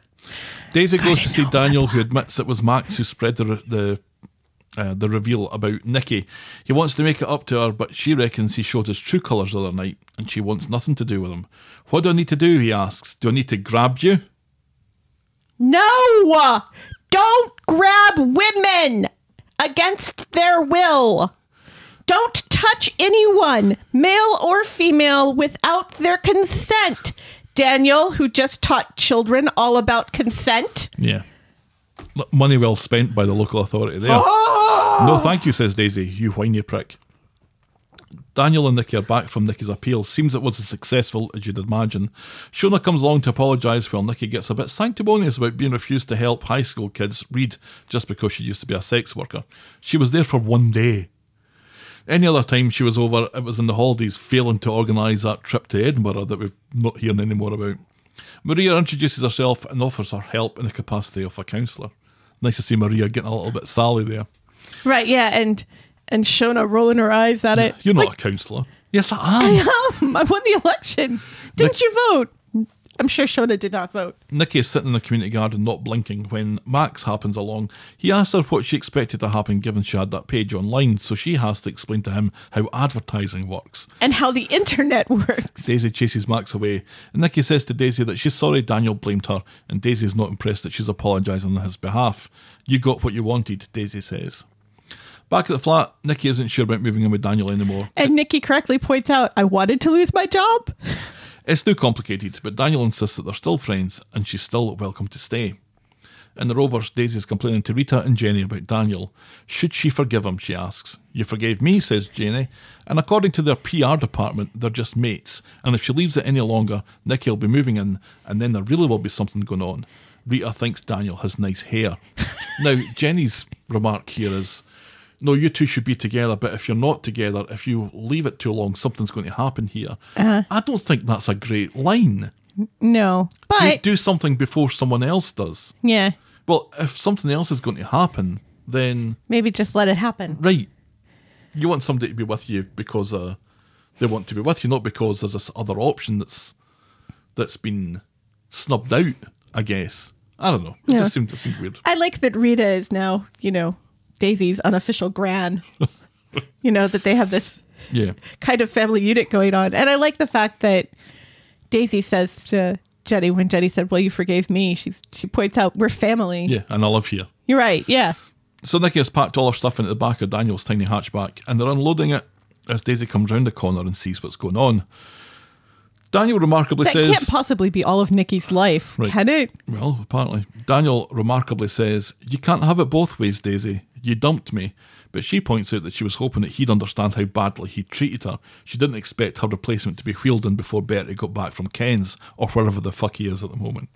F: Daisy goes to see Daniel, who admits it was Max who spread the re- the uh, the reveal about Nikki. He wants to make it up to her, but she reckons he showed his true colours the other night, and she wants nothing to do with him. What do I need to do? He asks. Do I need to grab you?
G: No! Don't grab women against their will. Don't touch anyone, male or female, without their consent. Daniel, who just taught children all about consent.
F: Yeah. Look, Money well spent by the local authority there. No, thank you, says Daisy, you whiny prick. Daniel and Nicky are back from Nicky's appeal. Seems it was as successful as you'd imagine. Shona comes along to apologise while Nicky gets a bit sanctimonious about being refused to help high school kids read just because she used to be a sex worker. She was there for one day. Any other time she was over, it was in the holidays failing to organise that trip to Edinburgh that we've not hearing any more about. Maria introduces herself and offers her help in the capacity of a counsellor. Nice to see Maria getting a little bit Sally there.
G: Right, yeah, and and Shona rolling her eyes at it.
F: You're not a counsellor. Yes, I am.
G: I am. I won the election. Didn't you vote? I'm sure Shona did not vote.
F: Nikki is sitting in the community garden, not blinking, when Max happens along. He asks her what she expected to happen given she had that page online, so she has to explain to him how advertising works.
G: And how the internet works.
F: Daisy chases Max away, and Nikki says to Daisy that she's sorry Daniel blamed her, and Daisy is not impressed that she's apologising on his behalf. You got what you wanted, Daisy says. Back at the flat, Nikki isn't sure about moving in with Daniel anymore.
G: And Nikki correctly points out, I wanted to lose my job.
F: It's too complicated, but Daniel insists that they're still friends, and she's still welcome to stay. In the Rovers, Daisy's complaining to Rita and Jenny about Daniel. Should she forgive him? She asks. You forgave me, says Jenny. And according to their PR department, they're just mates. And if she leaves it any longer, Nikki will be moving in, and then there really will be something going on. Rita thinks Daniel has nice hair. now, Jenny's remark here is no, you two should be together, but if you're not together, if you leave it too long, something's going to happen here. I don't think that's a great line.
G: No.
F: Do-
G: But,
F: do something before someone else does.
G: yeah,
F: Well, if something else is going to happen, then
G: maybe just let it happen.
F: right, you want somebody to be with you because uh, they want to be with you, not because there's this other option that's that's been snubbed out. I guess I don't know. It
G: Yeah.
F: just seemed to seem weird.
G: I like that Rita is now, you know, Daisy's unofficial gran. you know, that they have this
F: Yeah,
G: kind of family unit going on. And I like the fact that Daisy says to Jenny, when Jenny said, Well, you forgave me, she's, she points out, We're family.
F: yeah, and I live here.
G: You're right. Yeah.
F: So Nikki has packed all her stuff into the back of Daniel's tiny hatchback, and they're unloading it as Daisy comes round the corner and sees what's going on. Daniel remarkably
G: That
F: says,
G: can't possibly be all of Nikki's life,
F: Right.
G: can it?
F: Well, apparently. Daniel remarkably says, You can't have it both ways, Daisy. You dumped me. But she points out that she was hoping that he'd understand how badly he treated her. She didn't expect her replacement to be wheeled in before Bertie got back from Ken's, or wherever the fuck he is at the moment.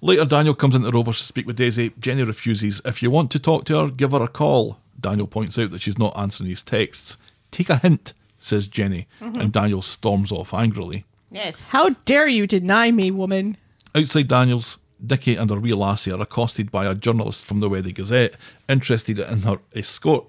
F: Later, Daniel comes into Rovers to speak with Daisy. Jenny refuses. If you want to talk to her, give her a call. Daniel points out that she's not answering his texts. Take a hint, says Jenny, and Daniel storms off angrily.
G: Yes. How dare you deny me, woman?
F: Outside Daniels, Dicky and her wee lassie are accosted by a journalist from the Weather Gazette, interested in her escort,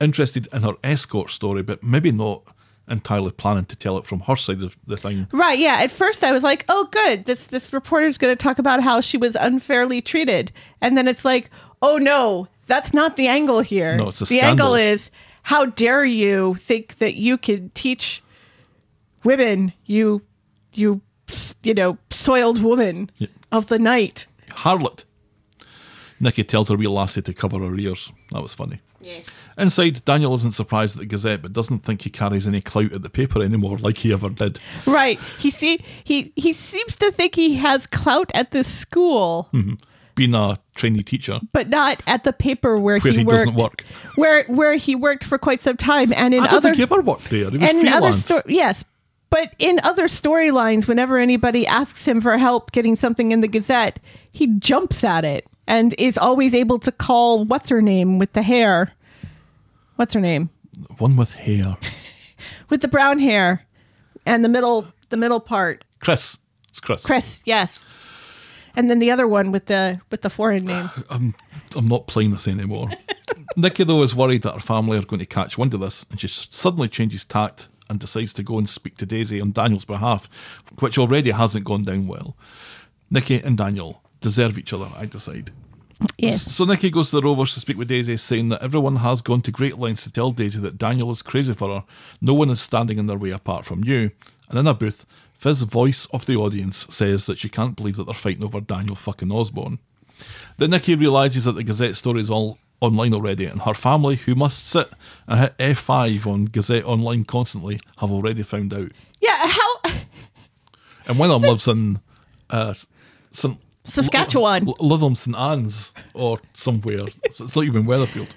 F: interested in her escort story, but maybe not entirely planning to tell it from her side of the thing.
G: Right, yeah. At first I was like, "Oh good, this this reporter's going to talk about how she was unfairly treated." And then it's like, "Oh no, that's not the angle here."
F: No, it's a
G: the
F: scandal.
G: angle is how dare you think that you can teach women, you you you know, soiled woman,
F: Yeah.
G: of the night.
F: Harlot. Nicky tells her wee lassie to cover her ears. That was funny. Inside, Daniel isn't surprised at the Gazette, but doesn't think he carries any clout at the paper anymore like he ever did.
G: Right. He see he he seems to think he has clout at this school,
F: Hmm. Being a trainee teacher,
G: but not at the paper where,
F: Where he
G: worked,
F: doesn't work.
G: Where where he worked for quite some time and in
F: I don't
G: other
F: think he ever worked there. He was
G: and in other
F: freelance.
G: sto- yes. But in other storylines, whenever anybody asks him for help getting something in the Gazette, he jumps at it and is always able to call what's her name with the hair. What's her name?
F: One with hair.
G: With the brown hair and the middle the middle part.
F: Chris. It's Chris.
G: Chris, yes. And then the other one with the with the foreign name.
F: I'm not playing this anymore. Nikki, though, is worried that her family are going to catch wind of this, and she s- suddenly changes tact and decides to go and speak to Daisy on Daniel's behalf, which already hasn't gone down well. Nikki and Daniel deserve each other, I decide.
G: Yes.
F: So Nikki goes to the Rovers to speak with Daisy, saying that everyone has gone to great lengths to tell Daisy that Daniel is crazy for her. No one is standing in their way apart from you. And in a booth, Fizz, voice of the audience, says that she can't believe that they're fighting over Daniel fucking Osborne. Then Nikki realises that the Gazette story is all online already, and her family, who must sit and hit F5 on Gazette Online constantly, have already found out.
G: Yeah, how
F: And one of them lives in uh, St.
G: Saskatchewan.
F: L- Lytham St. Anne's or somewhere. So it's not even Weatherfield.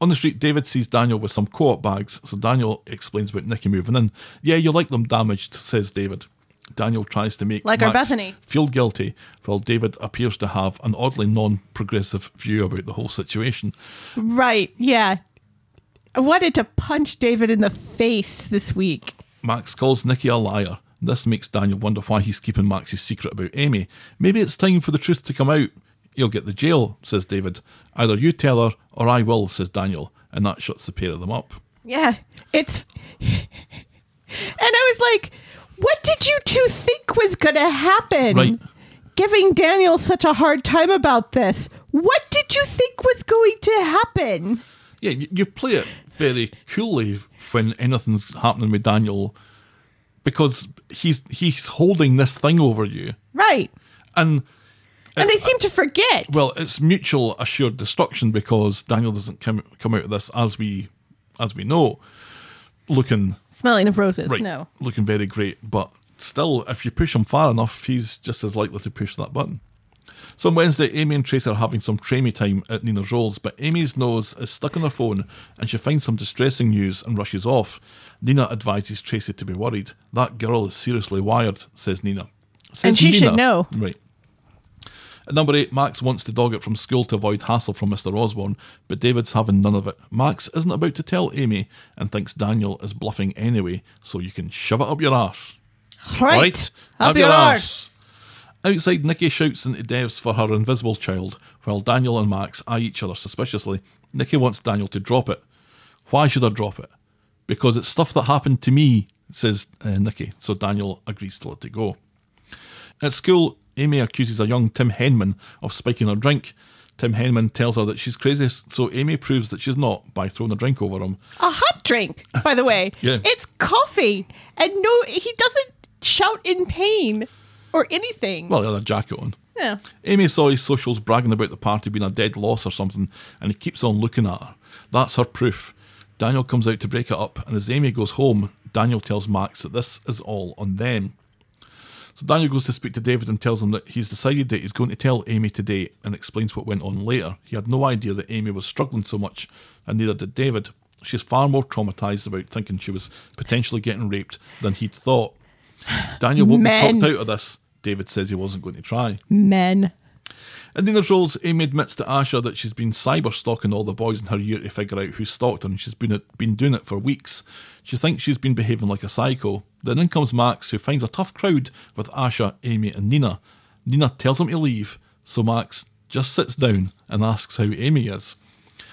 F: On the street, David sees Daniel with some co op bags, so Daniel explains about Nicky moving in. Yeah, you like them damaged, says David. Daniel tries to make
G: Like our
F: Max
G: Bethany.
F: feel guilty, while David appears to have an oddly non progressive view about the whole situation.
G: Right, yeah. I wanted to punch David in the face this week.
F: Max calls Nikki a liar. This makes Daniel wonder why he's keeping Max's secret about Amy. Maybe it's time for the truth to come out. You'll get the jail, says David. Either you tell her or I will, says Daniel, and that shuts the pair of them up.
G: Yeah. It's And I was like, what did you two think was going to happen?
F: Right.
G: Giving Daniel such a hard time about this. What did you think was going to happen?
F: Yeah, you, you play it very coolly when anything's happening with Daniel because he's he's holding this thing over you.
G: Right.
F: And
G: And they seem to forget.
F: Well, it's mutual assured destruction because Daniel doesn't come come out of this as we as we know, looking
G: Smelling of roses.
F: right,
G: No.
F: looking very great. But still, if you push him far enough, he's just as likely to push that button. So on Wednesday, Amy and Tracy are having some trammy time at Nina's Rolls, but Amy's nose is stuck on her phone and she finds some distressing news and rushes off. Nina advises Tracy to be worried. That girl is seriously wired, says Nina. Says
G: she should know.
F: Right. At number eight, Max wants to dog it from school to avoid hassle from Mr. Osborne, but David's having none of it. Max isn't about to tell Amy and thinks Daniel is bluffing anyway, so you can shove it up your arse.
G: Right. Up, your, arse.
F: Outside, Nikki shouts into Devs for her invisible child, while Daniel and Max eye each other suspiciously. Nikki wants Daniel to drop it. Why should I drop it? Because it's stuff that happened to me, says uh, Nikki, so Daniel agrees to let it go. At school, Amy accuses a young Tim Henman of spiking her drink. Tim Henman tells her that she's crazy, so Amy proves that she's not by throwing a drink over him.
G: A hot drink, by the way.
F: Yeah.
G: It's coffee. And no, he doesn't shout in pain or anything.
F: Well, he had a jacket on.
G: yeah.
F: Amy saw his socials bragging about the party being a dead loss or something, and he keeps on looking at her. That's her proof. Daniel comes out to break it up, and as Amy goes home, Daniel tells Max that this is all on them. So Daniel goes to speak to David and tells him that he's decided that he's going to tell Amy today and explains what went on later. He had no idea that Amy was struggling so much, and neither did David. She's far more traumatised about thinking she was potentially getting raped than he'd thought. Daniel won't
G: Men.
F: be talked out of this. David says he wasn't going to try.
G: Men.
F: In Nina's roles, Amy admits to Asha that she's been cyber stalking all the boys in her year to figure out who stalked her, and she's been, been doing it for weeks. She thinks she's been behaving like a psycho. Then in comes Max, who finds a tough crowd with Asha, Amy, and Nina. Nina tells him to leave, so Max just sits down and asks how Amy is.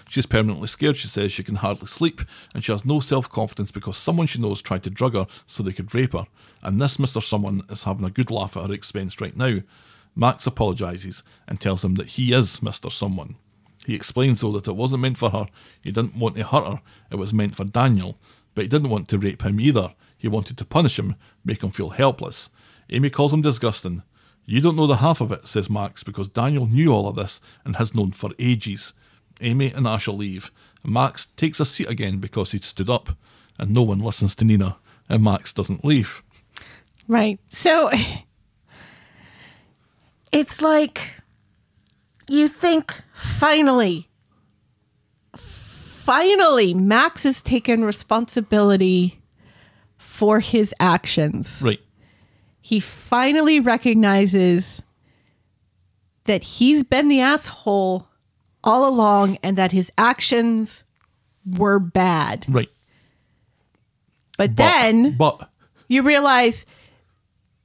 F: She's permanently scared, she says she can hardly sleep, and she has no self confidence because someone she knows tried to drug her so they could rape her. And this Mr. Someone is having a good laugh at her expense right now. Max apologises and tells him that he is Mr. Someone. He explains, though, that it wasn't meant for her, he didn't want to hurt her, it was meant for Daniel, but he didn't want to rape him either. He wanted to punish him, make him feel helpless. Amy calls him disgusting. You don't know the half of it, says Max, because Daniel knew all of this and has known for ages. Amy and Asha leave. Max takes a seat again because he'd stood up, and no one listens to Nina, and Max doesn't leave.
G: Right. So it's like you think finally, finally, Max has taken responsibility for his actions.
F: Right.
G: He finally recognizes that he's been the asshole all along and that his actions were bad.
F: Right. But-
G: But, then
F: But
G: you realize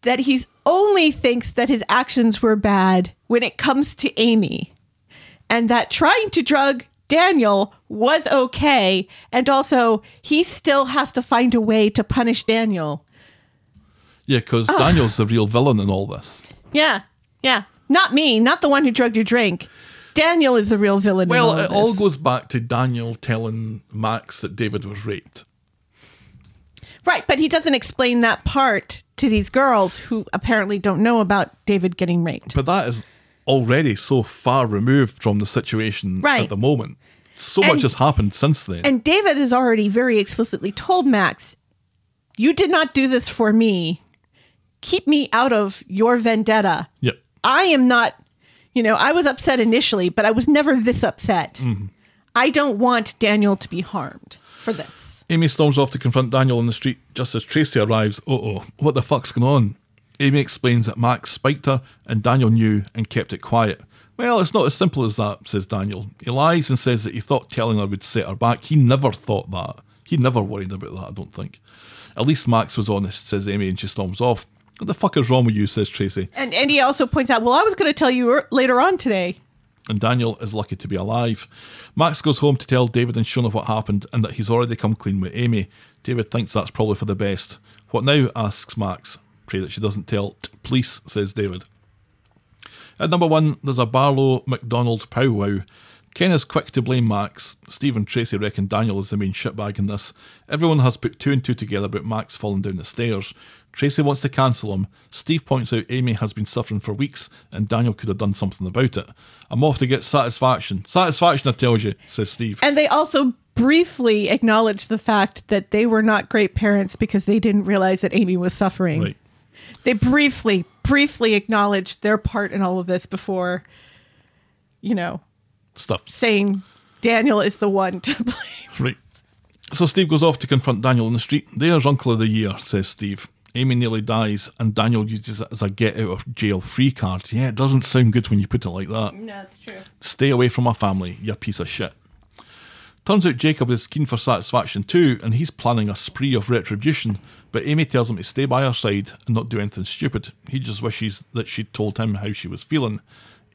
G: that he's only thinks that his actions were bad when it comes to Amy and that trying to drug Daniel was okay and also he still has to find a way to punish Daniel.
F: yeah, because
G: Oh.
F: Daniel's the real villain in all this.
G: Yeah. Yeah. Not me, not the one who drugged your drink. Daniel is the real villain. in
F: Well, uh,
G: all
F: it
G: of
F: all
G: this.
F: goes back to Daniel telling Max that David was raped.
G: right, but he doesn't explain that part to these girls who apparently don't know about David getting raped.
F: But that is already so far removed from the situation
G: Right.
F: at the moment. So
G: And-
F: much has happened since then.
G: And David has already very explicitly told Max, you did not do this for me. Keep me out of your vendetta.
F: yep.
G: I am not, you know, I was upset initially, but I was never this upset. I don't want Daniel to be harmed for this.
F: Amy storms off to confront Daniel in the street just as Tracy arrives. Uh oh, what the fuck's going on? Amy explains that Max spiked her and Daniel knew and kept it quiet. Well, it's not as simple as that, says Daniel. He lies and says that he thought telling her would set her back. He never thought that. He never worried about that, I don't think. At least Max was honest, says Amy, and she storms off. What the fuck is wrong with you, says Tracy.
G: And and he also points out, well, I was going to tell you er- later on today.
F: and Daniel is lucky to be alive. Max goes home to tell David and Shona what happened and that he's already come clean with Amy. David thinks that's probably for the best. What now? asks Max. Pray that she doesn't tell t- police, says David. At number one, there's a Barlow McDonald powwow. Ken is quick to blame Max. Steve and Tracy reckon Daniel is the main shitbag in this. Everyone has put two and two together about Max falling down the stairs. Tracy wants to cancel him. Steve points out Amy has been suffering for weeks and Daniel could have done something about it. I'm off to get satisfaction. Satisfaction, I tell you, says Steve.
G: And they also briefly acknowledge the fact that they were not great parents because they didn't realize that Amy was suffering.
F: Right.
G: they briefly briefly acknowledged their part in all of this before you know
F: Stuff.
G: saying daniel is the one to blame
F: Right. So Steve goes off to confront Daniel in the street. There's Uncle of the Year, says Steve. Amy nearly dies, and Daniel uses it as a get out of jail free card. Yeah, it doesn't sound good when you put it like that.
G: no that's true
F: Stay away from my family, you piece of shit. Turns out Jacob is keen for satisfaction too, and he's planning a spree of retribution, but Amy tells him to stay by her side and not do anything stupid. He just wishes that she'd told him how she was feeling.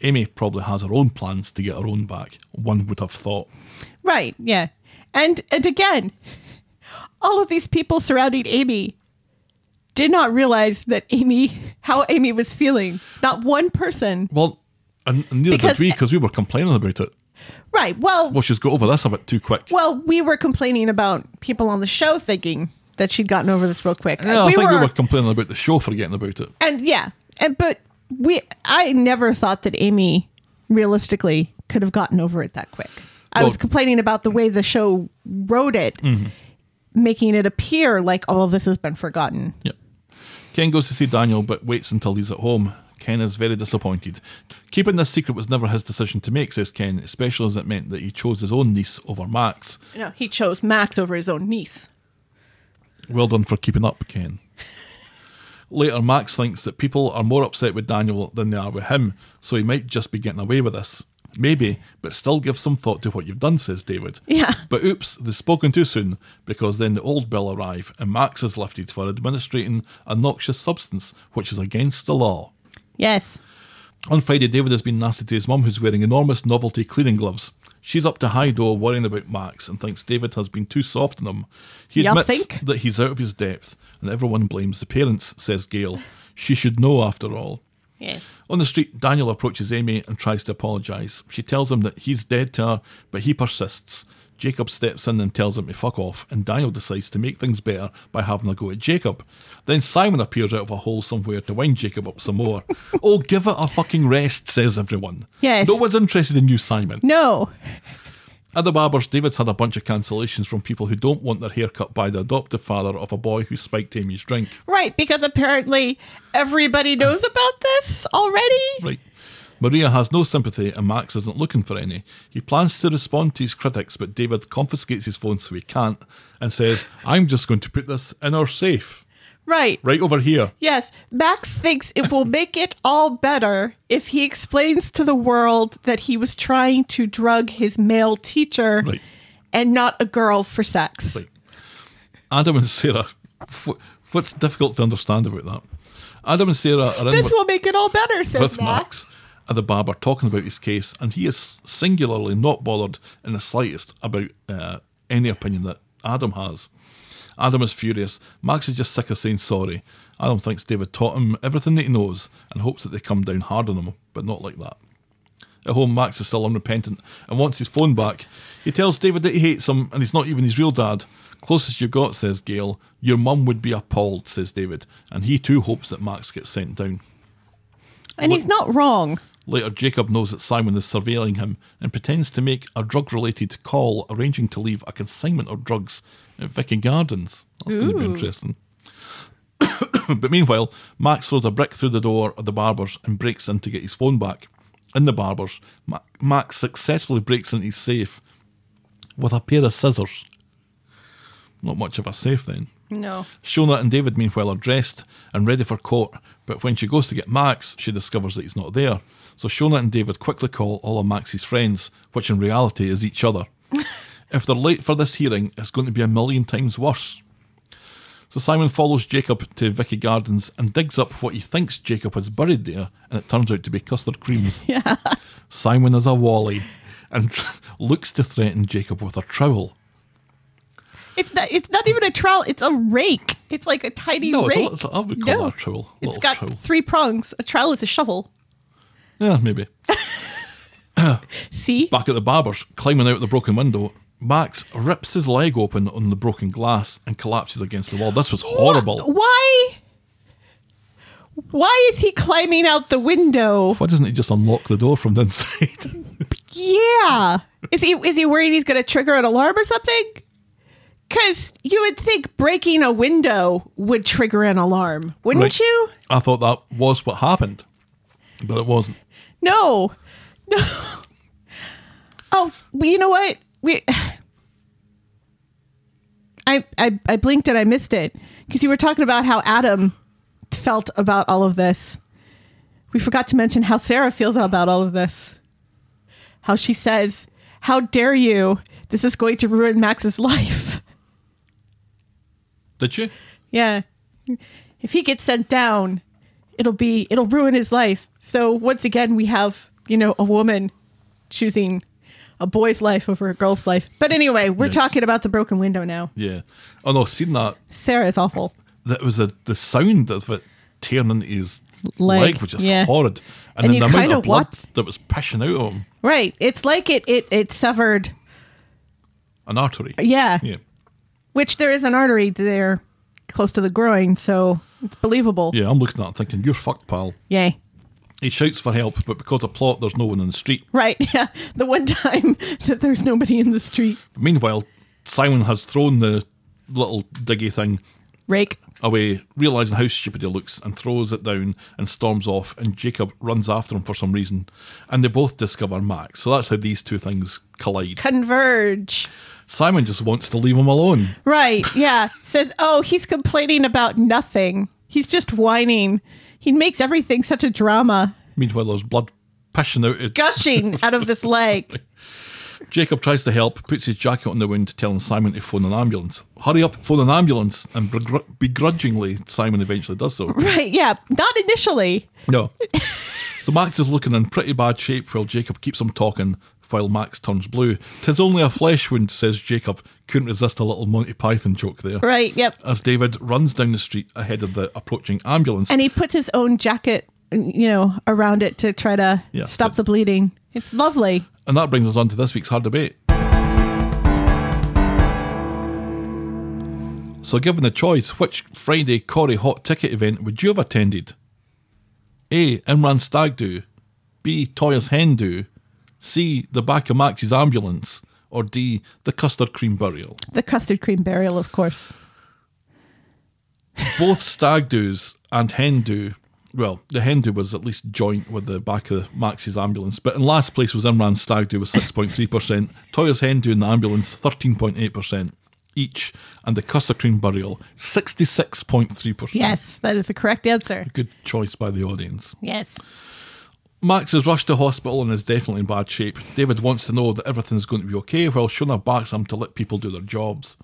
F: Amy probably has her own plans to get her own back, one would have thought.
G: right yeah and and again all of these people surrounding amy did not realize that amy how amy was feeling not one person
F: Well, and and neither
G: Because-
F: did we because uh, we were complaining about it.
G: right well
F: Well, she's got over this a bit too quick.
G: well we were complaining about people on the show thinking that she'd gotten over this real quick
F: yeah, I think we were complaining about the show forgetting about it.
G: and yeah and but we i never thought that amy realistically could have gotten over it that quick i was
F: Well- Mm-hmm.
G: complaining about the way the show wrote it making it appear like all of this has been forgotten
F: Yep. Ken goes to see Daniel, but waits until he's at home. Ken is very disappointed. Keeping this secret was never his decision to make, says Ken, especially as it meant that he chose his own niece over Max.
G: no he chose max over his own niece
F: Well done for keeping up, Ken. Later, Max thinks that people are more upset with Daniel than they are with him, so he might just be getting away with this. Maybe, but still give some thought to what you've done, says David.
G: Yeah.
F: But oops, they've spoken too soon, because then the old bill arrive and Max is lifted for administrating a noxious substance, which is against the law.
G: yes
F: On Friday, David has been nasty to his mum, who's wearing enormous novelty cleaning gloves. She's up to high door worrying about Max and thinks David has been too soft on him. He
G: Ya
F: admits
G: think?
F: that he's out of his depth, and everyone blames the parents, says Gail. She should know after all.
G: yes
F: On the street, Daniel approaches Amy and tries to apologise. She tells him that he's dead to her, but he persists. Jacob steps in and tells him to fuck off, and Daniel decides to make things better by having a go at Jacob. Then Simon appears out of a hole somewhere to wind Jacob up some more. oh, give it a fucking rest, says everyone.
G: Yes.
F: No one's interested in you, Simon.
G: No.
F: At the barbers, David's had a bunch of cancellations from people who don't want their hair cut by the adoptive father of a boy who spiked Amy's drink.
G: Right, because apparently everybody knows about this already.
F: Right. Maria has no sympathy and Max isn't looking for any. He plans to respond to his critics, but David confiscates his phone so he can't and says, I'm just going to put this in our safe.
G: Right.
F: Right over here.
G: Yes, Max thinks it will make it all better if he explains to the world that he was trying to drug his male teacher
F: Right.
G: and not a girl for sex.
F: Right. Adam and Sarah. wh- What's difficult to understand about that? Adam and Sarah are in
G: This
F: with-
G: will make it all better, says
F: with
G: Max.
F: Max at the barber talking about his case, and he is singularly not bothered in the slightest about uh, any opinion that Adam has. Adam is furious. Max is just sick of saying sorry. Adam thinks David taught him everything that he knows and hopes that they come down hard on him, but not like that. At home, Max is still unrepentant and wants his phone back. He tells David that he hates him and he's not even his real dad. Closest you've got, says Gail. Your mum would be appalled, says David, and he too hopes that Max gets sent down.
G: And he's not wrong.
F: Later, Jacob knows that Simon is surveilling him and pretends to make a drug related call, arranging to leave a consignment of drugs at Vicky Gardens. That's going to be interesting. but meanwhile, Max throws a brick through the door of the barber's and breaks in to get his phone back. In the barber's, Ma- Max successfully breaks into his safe with a pair of scissors. Not much of a safe then.
G: No.
F: Shona and David, meanwhile, are dressed and ready for court, but when she goes to get Max, she discovers that he's not there. So Shona and David quickly call all of Max's friends, which in reality is each other. if they're late for this hearing, it's going to be a million times worse. So Simon follows Jacob to Vicky Gardens and digs up what he thinks Jacob has buried there, and it turns out to be custard creams. Yeah. Simon is a wally and looks to threaten Jacob with a trowel.
G: It's not, it's not even a trowel, it's a rake. It's like a tiny
F: No, it's a
G: rake.
F: little- I would call that a trowel,
G: It's
F: little
G: got
F: trowel.
G: three prongs. A trowel is a shovel.
F: Yeah, maybe.
G: See?
F: Back at the barber's, climbing out the broken window, Max rips his leg open on the broken glass and collapses against the wall. This was horrible.
G: Why? Why is he climbing out the window?
F: Why doesn't he just unlock the door from the inside?
G: Yeah. Is he is he worried he's going to trigger an alarm or something? Cuz you would think breaking a window would trigger an alarm, wouldn't
F: Right.
G: you?
F: I thought that was what happened, but it wasn't.
G: No. No. Oh, well, you know what? We I I I blinked and I missed it cuz you were talking about how Adam felt about all of this. We forgot to mention how Sarah feels about all of this. How she says, "How dare you? This is going to ruin Max's life."
F: Did you?
G: Yeah. If he gets sent down, it'll be it'll ruin his life. So once again we have, you know, a woman choosing a boy's life over a girl's life. But anyway, we're
F: Yikes.
G: talking about the broken window now.
F: Yeah. Oh no, seen that.
G: Sarah is awful.
F: That was the the sound of it tearing into his
G: Leg,
F: leg, which is
G: yeah.
F: horrid. And,
G: And
F: then
G: you
F: the amount
G: kinda
F: of blood
G: watch-
F: that was pissing out of him,
G: Right. It's like it it it severed.
F: an artery.
G: Yeah.
F: Yeah.
G: Which there is an artery there close to the groin, so it's believable.
F: Yeah, I'm looking at it and thinking, you're fucked, pal.
G: Yay.
F: He shouts for help, but because of plot, there's no one in the street.
G: Right. Yeah. The one time that there's nobody in the street.
F: Meanwhile, Simon has thrown the little diggy thing
G: Rake.
F: away, realizing how stupid he looks, and throws it down and storms off. And Jacob runs after him for some reason, and they both discover Max. So that's how these two things collide.
G: Converge.
F: Simon just wants to leave him alone.
G: Right. Yeah. Says, oh, he's complaining about nothing. He's just whining. He makes everything such a drama,
F: Meanwhile, there's blood pissing out. of-
G: gushing out of this leg.
F: Jacob tries to help, puts his jacket on the wound, telling Simon to phone an ambulance. Hurry up, phone an ambulance, and begr- begrudgingly, Simon eventually does so.
G: Right. Yeah. Not initially.
F: No. so Max is looking in pretty bad shape while Jacob keeps him talking while Max turns blue. Tis only a flesh wound, says Jacob. Couldn't resist a little Monty Python joke there.
G: Right. Yep.
F: As David runs down the street ahead of the approaching ambulance.
G: And he puts his own jacket, you know, around it to try to
F: Yeah,
G: stop
F: but-
G: the bleeding. It's lovely.
F: and that brings us on to this week's hard debate. So, given the choice, which Friday Corrie Hot Ticket event would you have attended? A. Imran Stag Do, B. Toya's Hen Do, C. The Back of Max's Ambulance, or D. The Custard Cream Burial?
G: The custard cream burial, of course.
F: both stag do's and hen do. Well, the hen do was at least joint with the back of Max's ambulance, but in last place was Imran stag do with six point three percent, Toya's hen do and the ambulance thirteen point eight percent each, and the custard cream burial sixty six point three percent.
G: Yes, that is the correct answer.
F: good choice by the audience.
G: Yes.
F: Max is rushed to hospital and is definitely in bad shape. David wants to know that everything's going to be okay while Shona backs him to let people do their jobs.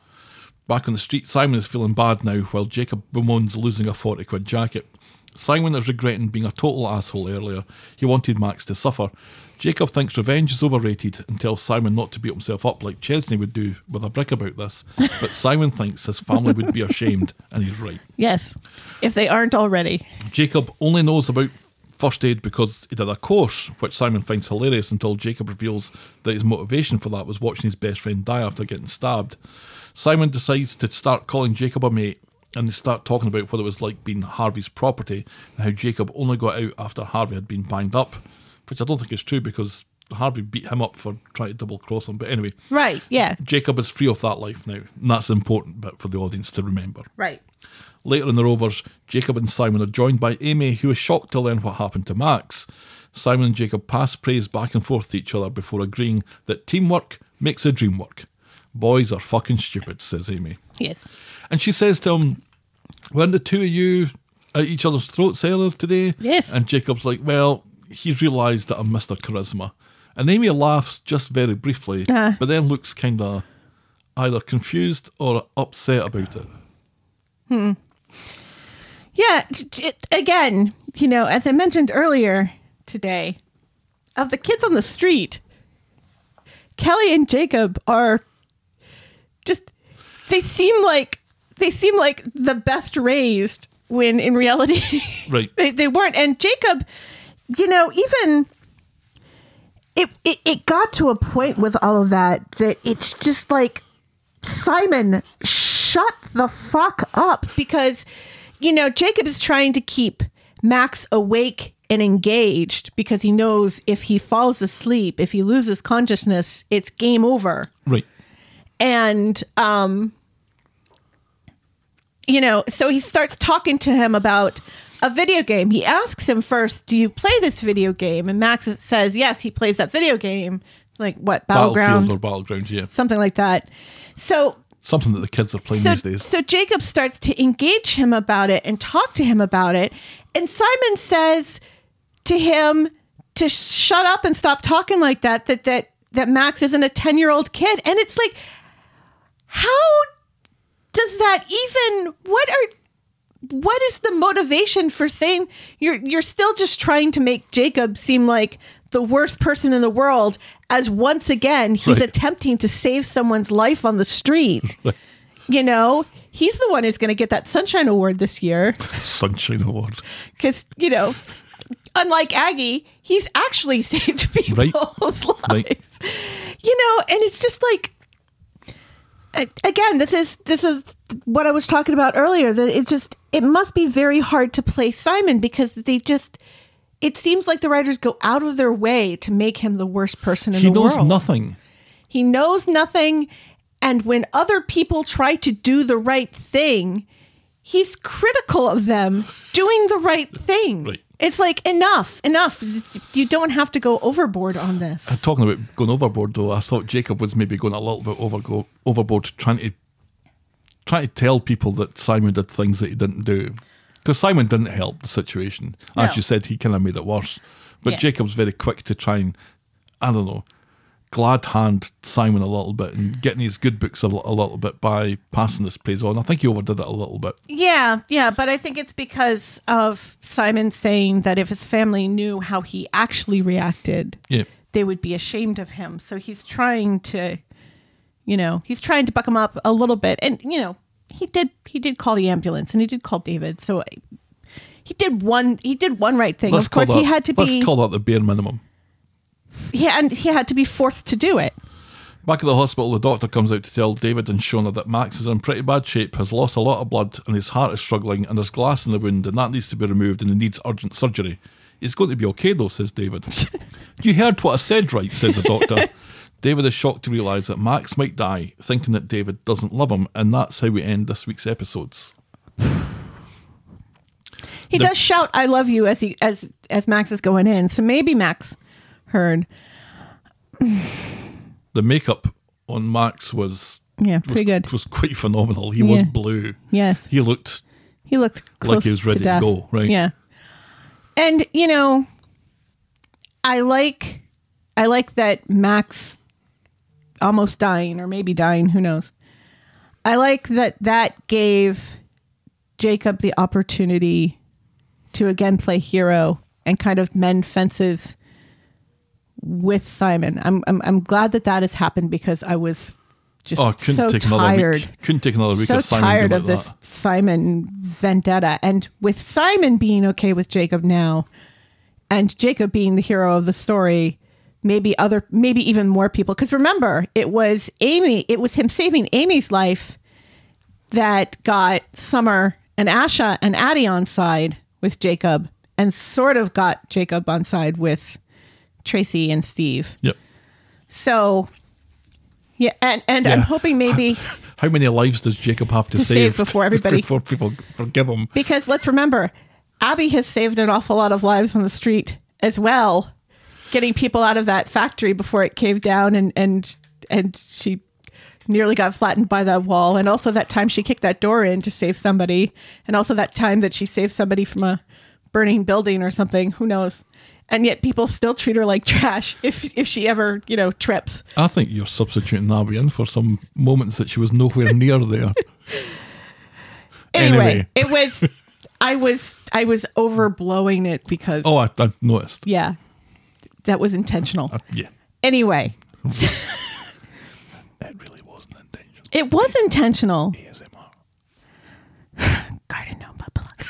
F: Back on the street, Simon is feeling bad now while Jacob bemoans losing a 40 quid jacket. Simon is regretting being a total asshole earlier. He wanted Max to suffer. Jacob thinks revenge is overrated and tells Simon not to beat himself up like Chesney would do with a brick about this. But Simon thinks his family would be ashamed, and he's right.
G: Yes. If they aren't already.
F: Jacob only knows about first aid because he did a course, which Simon finds hilarious until Jacob reveals that his motivation for that was watching his best friend die after getting stabbed. Simon decides to start calling Jacob a mate, and they start talking about what it was like being Harvey's property and how Jacob only got out after Harvey had been banged up, which I don't think is true because Harvey beat him up for trying to double cross him. But anyway,
G: Right. Yeah.
F: Jacob is free of that life now, and that's the important bit for the audience to remember.
G: Right.
F: Later in the Rovers, Jacob and Simon are joined by Amy, who is shocked to learn what happened to Max. Simon and Jacob pass praise back and forth to each other before agreeing that teamwork makes the dream work. Boys are fucking stupid, says Amy.
G: Yes.
F: And she says to him, Weren't the two of you at each other's throats earlier today?
G: Yes.
F: And Jacob's like, Well, he's realised that I'm Mr. Charisma. And Amy laughs just very briefly, but then looks kind of either confused or upset about it.
G: Yeah. t- t- again, you know, as I mentioned earlier today, of the kids on the street, Kelly and Jacob are just, they seem like, they seem like the best raised when in reality
F: Right.
G: they, they weren't. And Jacob, you know, even it, it it got to a point with all of that that it's just like Simon, shut the fuck up because you know Jacob is trying to keep Max awake and engaged because he knows if he falls asleep, if he loses consciousness, it's game over
F: Right.
G: and um you know so he starts talking to him about a video game he asks him first do you play this video game and max says yes he plays that video game like what battleground
F: Battlefield or Battleground, yeah.
G: something like that so
F: Something that the kids are playing
G: so,
F: these days.
G: so Jacob starts to engage him about it and talk to him about it. And Simon says to him to shut up and stop talking like that, that that that Max isn't a 10-year-old kid. And it's like, how does that even what are what is the motivation for saying you're you're still just trying to make Jacob seem like the worst person in the world as once again he's
F: Right.
G: attempting to save someone's life on the street. You know, he's the one who's going to get that Sunshine Award this year
F: Sunshine Award.
G: because, you know, unlike Aggie, he's actually saved people's
F: Right.
G: lives.
F: Right.
G: You know, and it's just like a- again, this is this is what I was talking about earlier. That it's just it must be very hard to play Simon because they just it seems like the writers go out of their way to make him the worst person in
F: He
G: the world.
F: knows nothing.
G: He knows nothing. And when other people try to do the right thing, he's critical of them doing the right thing.
F: Right.
G: It's like, enough, enough. You don't have to go overboard on this.
F: Talking about going overboard, though, I thought Jacob was maybe going a little bit overgo- overboard, trying to trying to tell people that Simon did things that he didn't do, because Simon didn't help the situation. As
G: No.
F: you said, he kind of made it worse. But
G: Yeah.
F: Jacob's very quick to try and, I don't know, glad hand Simon a little bit and getting his good books a, li- a little bit by passing this praise on. I think he overdid it a little bit.
G: Yeah, yeah. But I think it's because of Simon saying that if his family knew how he actually reacted,
F: Yeah,
G: they would be ashamed of him. So he's trying to, you know, he's trying to buck him up a little bit. And you know, he did he did call the ambulance and he did call David. So he did one he did one right thing. of
F: call
G: course, he
F: that-
G: had to
F: let's
G: be
F: call that the bare minimum.
G: he and he had to be forced to do it.
F: Back at the hospital, the doctor comes out to tell David and Shona that Max is in pretty bad shape, has lost a lot of blood, and his heart is struggling, and there's glass in the wound, and that needs to be removed, and he needs urgent surgery. He's going to be okay, though, says David. you heard what I said, right? says the doctor. David is shocked to realise that Max might die, thinking that David doesn't love him, and that's how we end this week's episodes.
G: He
F: The-
G: does shout "I love you" as he as as Max is going in. So maybe Max heard.
F: The makeup on Max was
G: Yeah, pretty
F: was,
G: good.
F: was quite phenomenal. He
G: Yeah.
F: was blue.
G: Yes,
F: He looked
G: he looked close
F: he was ready to
G: death.
F: go, right?
G: Yeah, and you know, I like I like that Max almost dying or maybe dying. Who knows? I like that that gave Jacob the opportunity to again play hero and kind of mend fences with Simon. I'm I'm, I'm glad that that has happened because I was just
F: Oh, I couldn't
G: so
F: take another
G: tired
F: week. Couldn't take another week
G: so
F: of Simon
G: tired
F: being
G: of
F: like
G: this
F: that.
G: Simon vendetta. And with Simon being okay with Jacob now, and Jacob being the hero of the story, maybe other, maybe even more people. Because remember, it was Amy, it was him saving Amy's life that got Summer and Asha and Addie on side with Jacob, and sort of got Jacob on side with Tracy and Steve.
F: Yep.
G: So. Yeah, and, and I'm
F: Yeah.
G: hoping maybe
F: How many lives does Jacob have to,
G: To save before everybody-
F: before people forgive him?
G: Because let's remember, Abby has saved an awful lot of lives on the street as well, getting people out of that factory before it caved down and and and she nearly got flattened by that wall and also that time she kicked that door in to save somebody and also that time that she saved somebody from a burning building or something who knows and yet people still treat her like trash if if she ever you know trips
F: I think you're substituting Abby in for some moments that she was nowhere near there.
G: anyway,
F: Anyway.
G: it was i was i was overblowing it because
F: Oh, I, I noticed.
G: Yeah. That was intentional.
F: Yeah,
G: Anyway,
F: that really wasn't intentional.
G: it was intentional.
F: ASMR.
G: Garden gnome butt plug.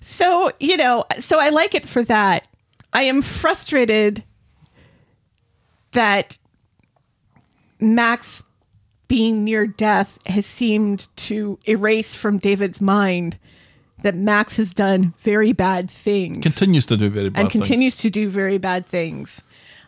G: so, you know, so I like it for that. I am frustrated that Max being near death has seemed to erase from David's mind that Max has done very bad things.
F: Continues to do very bad
G: and
F: things.
G: continues to do very bad things.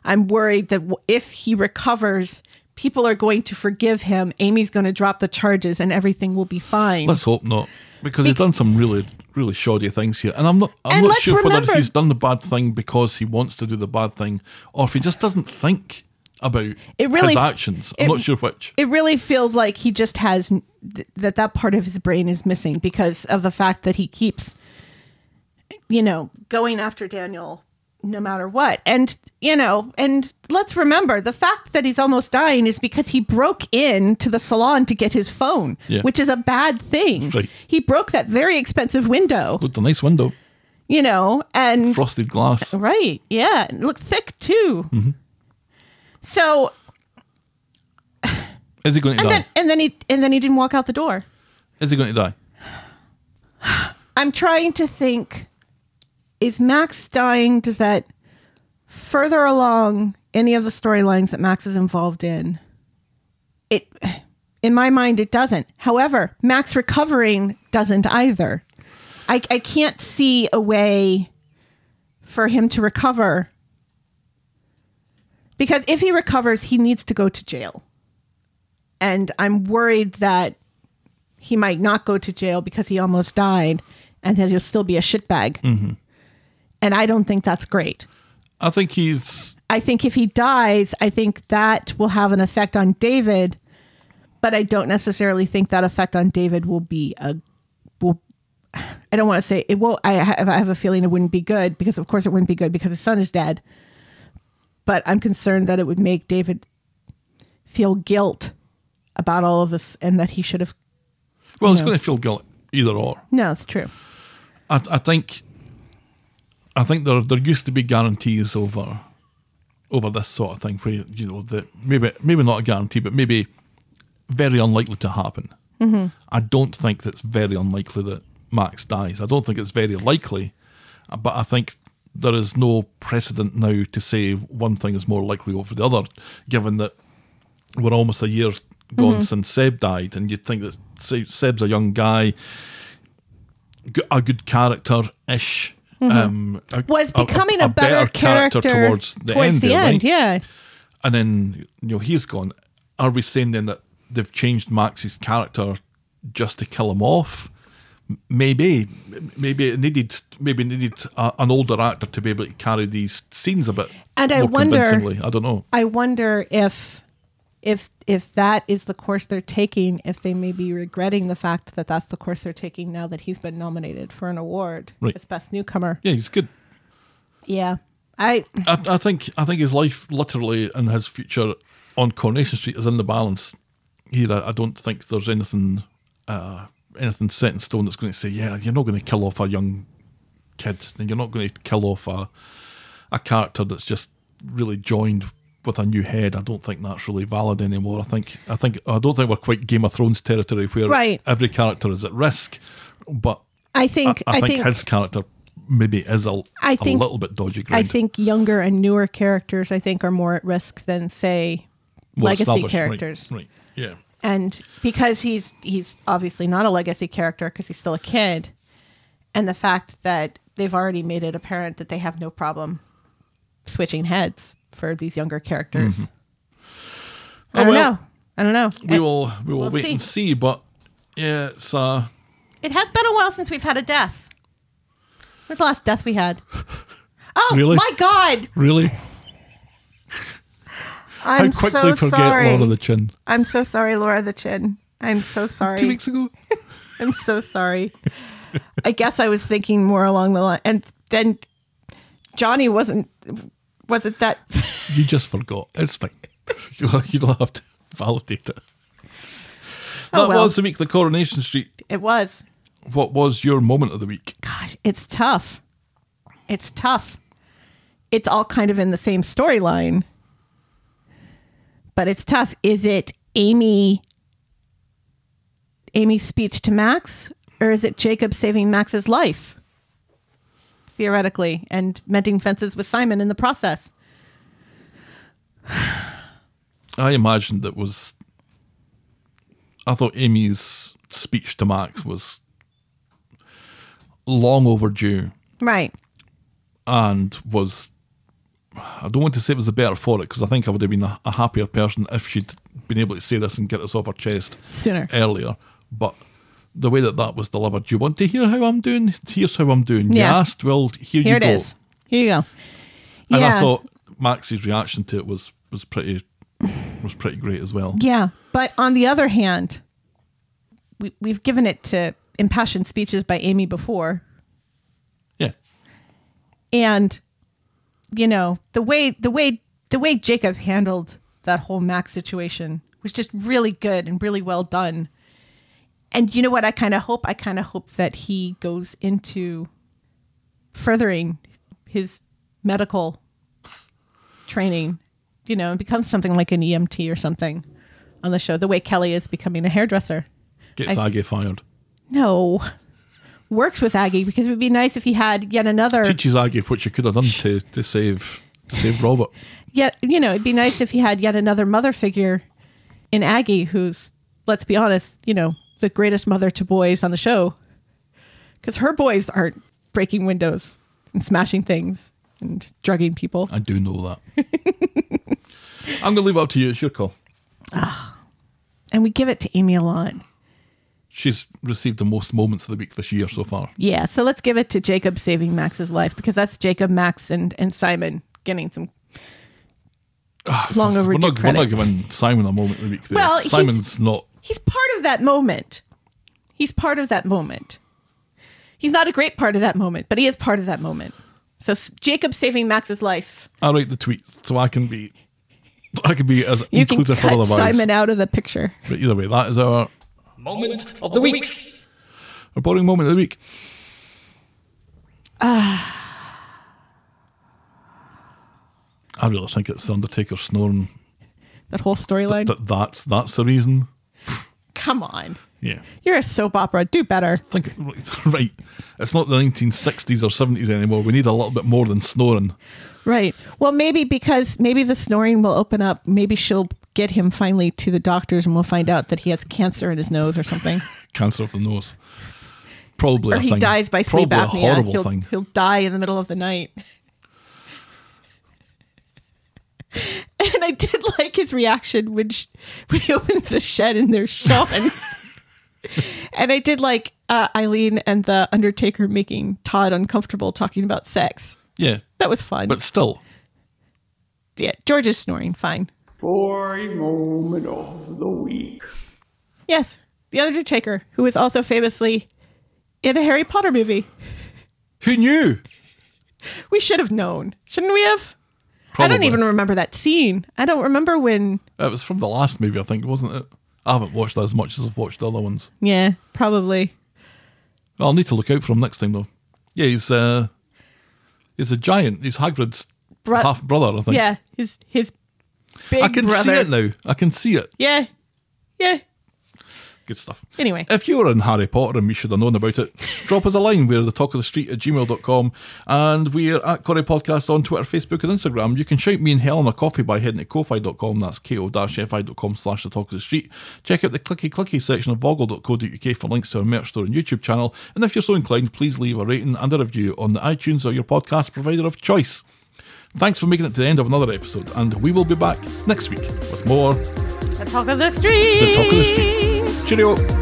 G: I'm worried that w- if he recovers, people are going to forgive him. Amy's going to drop the charges and everything will be fine.
F: Let's hope not, because he's done some really, really shoddy things here, and I'm not, I'm
G: And
F: not
G: let's
F: sure
G: remember-
F: whether he's done the bad thing because he wants to do the bad thing, or if he just doesn't think about
G: It really-
F: his actions. I'm
G: it-
F: not sure which.
G: it really feels like he just has n- th- that that part of his brain is missing because of the fact that he keeps you know going after Daniel no matter what. And you know, and let's remember the fact that he's almost dying is because he broke in to the salon to get his phone,
F: Yeah.
G: which is a bad thing.
F: Right.
G: He broke that very expensive window,
F: Looked a nice window,
G: you know, and
F: frosted glass.
G: Right. Yeah. And look thick too. So
F: Is he going to die?
G: and then and then he and then he didn't walk out the door.
F: Is he going to die?
G: I'm trying to think is Max dying? Does that further along any of the storylines that Max is involved in? It, in my mind, it doesn't. However, Max recovering doesn't either. I, I can't see a way for him to recover because if he recovers, he needs to go to jail. And I'm worried that he might not go to jail because he almost died and that he'll still be a shitbag. And I don't think that's great.
F: I think he's
G: I think if he dies, I think that will have an effect on David, but I don't necessarily think that effect on David will be a will I don't want to say it won't I have, I have a feeling it wouldn't be good because of course it wouldn't be good because his son is dead. But I'm concerned that it would make David feel guilt about all of this and that he should have
F: well. He's
G: No.
F: going to feel guilt either or.
G: No, it's true.
F: I, I think I think there there used to be guarantees over over this sort of thing where you know that maybe maybe not a guarantee but maybe very unlikely to happen.
G: Mm-hmm.
F: I don't think that's very unlikely that Max dies. I don't think it's very likely, but I think there is no precedent now to say one thing is more likely over the other, given that we're almost a year gone
G: Mm-hmm.
F: since Seb died, and you'd think that Se- Seb's a young guy, g- a good character ish. Um, a-
G: was
F: a- a-
G: Mm-hmm. becoming a,
F: a
G: better, character,
F: towards the end, there, right?
G: yeah.
F: and then you know he's gone. Are we saying then that they've changed Max's character just to kill him off? M- Maybe, M- maybe it needed maybe it needed a, an older actor to be able to carry these scenes a bit
G: And I
F: more
G: wonder-
F: convincingly. I don't know.
G: I wonder if if if that is the course they're taking, if they may be regretting the fact that that's the course they're taking now that he's been nominated for an award
F: Right.
G: as best newcomer.
F: Yeah, he's good.
G: Yeah. I
F: I, I think I think his life literally and his future on Coronation Street is in the balance here. I, I don't think there's anything uh, anything set in stone that's going to say, yeah, you're not going to kill off a young kid, and you're not going to kill off a a character that's just really joined with a new head. I don't think that's really valid anymore. I think I think I don't think we're quite Game of Thrones territory where
G: Right.
F: every character is at risk, but
G: I think
F: I, I think, his character maybe is a,
G: I think-
F: a little bit dodgy.
G: I
F: Ground.
G: think younger and newer characters I think are more at risk than say
F: Well
G: legacy
F: established, right,
G: characters.
F: Right, Yeah.
G: and because he's he's obviously not a legacy character because he's still a kid and the fact that they've already made it apparent that they have no problem switching heads for these younger characters
F: Mm-hmm.
G: i
F: Oh,
G: don't
F: well.
G: know i don't know
F: We
G: It-
F: will we will
G: we'll
F: wait
G: see.
F: and see, but yeah, it's uh
G: it has been a while since we've had a death when's the last death we had oh
F: Really?
G: my god
F: really
G: i'm
F: I quickly
G: so
F: forget
G: sorry
F: Laura the Chin.
G: i'm so sorry laura the chin i'm so sorry
F: Two weeks ago.
G: I'm so sorry. I guess I was thinking more along the line, and then Johnny wasn't. Was it that?
F: You just forgot. It's fine. You'll, you'll have to validate it.
G: Oh,
F: that
G: well.
F: was the week the Coronation Street.
G: It was.
F: What was your moment of the week?
G: Gosh, it's tough. It's tough. It's all kind of in the same storyline, but it's tough. Is it Amy? Amy's speech to Max, or is it Jacob saving Max's life? Theoretically, and mending fences with Simon in the process.
F: I imagined it was I thought Amy's speech to Max was long overdue.
G: Right.
F: and was I don't want to say it was the better for it because I think I would have been a, a happier person if she'd been able to say this and get this off her chest
G: Sooner.
F: earlier. But the way that that was delivered, do you want to hear how I'm doing? Here's how I'm doing. You
G: Yeah.
F: asked, well, here,
G: Here
F: you
G: it
F: go.
G: is. Here you go. Yeah.
F: And I thought Max's reaction to it was was pretty was pretty great as well.
G: yeah. But on the other hand, we, we've given it to impassioned speeches by Amy before.
F: Yeah,
G: And, you know, the way, the way, the way Jacob handled that whole Max situation was just really good and really well done. And you know what? I kind of hope, I kind of hope that he goes into furthering his medical training, you know, and becomes something like an EMT or something on the show, the way Kelly is becoming a hairdresser.
F: gets Aggie fired.
G: No. Worked with Aggie because it would be nice if he had yet another
F: Teaches Aggie what she could have done to, to save to save Robert.
G: yet you know, it'd be nice if he had yet another mother figure in Aggie who's let's be honest, you know, the greatest mother to boys on the show. Cuz her boys aren't breaking windows and smashing things and drugging people.
F: I do know that. I'm going to leave it up to you. It's your call.
G: And we give it to Amy Alon.
F: she's received the most moments of the week this year so far.
G: Yeah, so let's give it to Jacob saving Max's life because that's Jacob, Max, and and Simon getting some long
F: We're
G: overdue
F: not, we're
G: credit.
F: not giving Simon a moment of the week. There.
G: Well, he's-
F: Simon's not.
G: He's part of that moment. He's part of that moment. He's not a great part of that moment, but he is part of that moment. So s- Jacob saving Max's life.
F: I write the tweets, so I can be, I can be as
G: You can
F: inclusive
G: cut
F: otherwise.
G: Simon out of the picture.
F: But either way, that is our
H: Moment of the week.
F: our boring moment of the week. I really think it's the Undertaker snoring.
G: That whole storyline.
F: That that's that's the reason.
G: Come on.
F: Yeah.
G: You're a soap opera. Do better.
F: Think right. It's not the 1960s or 70s anymore. We need a little bit more than snoring.
G: Right. Well, maybe because maybe the snoring will open up. Maybe she'll get him finally to the doctors and we'll find out that he has cancer in his nose or something.
F: Cancer of the nose. Probably.
G: or
F: a
G: he
F: thing.
G: dies by sleep
F: Probably
G: apnea.
F: A horrible
G: he'll,
F: thing.
G: he'll die in the middle of the night. and I did like his reaction when, sh- when he opens the shed and there's Sean. and I did like uh, Eileen and the Undertaker making Todd uncomfortable talking about sex.
F: Yeah.
G: That was fun.
F: But still,
G: yeah, George is snoring fine.
I: Boring moment of the week.
G: Yes, the Undertaker, who was also famously in a Harry Potter movie.
F: who knew?
G: We should have known, shouldn't we have? I
F: Probably.
G: don't even remember that scene. I don't remember when.
F: It was from the last movie, I think, wasn't it? I haven't watched that as much as I've watched the other ones.
G: Yeah, probably.
F: I'll need to look out for him next time, though. Yeah, he's uh, he's a giant. He's Hagrid's
G: Bro-
F: half brother, I think.
G: Yeah, his his big
F: I can
G: brother.
F: see it now. I can see it.
G: Yeah, yeah.
F: Good stuff.
G: Anyway.
F: If you were in Harry Potter and we should have known about it, drop us a line. We're the talk of the street at gmail.com and we're at Corey Podcast on Twitter, Facebook, and Instagram. You can shout me and Helen a coffee by heading to ko-fi.com. That's ko-fi.com slash the talk of the street. Check out the clicky clicky section of vogle.co.uk for links to our merch store and YouTube channel. And if you're so inclined, please leave a rating and a review on the iTunes or your podcast provider of choice. Thanks for making it to the end of another episode, and we will be back next week with more
G: The talk of the street.
F: The Talk of the Street. Cheerio.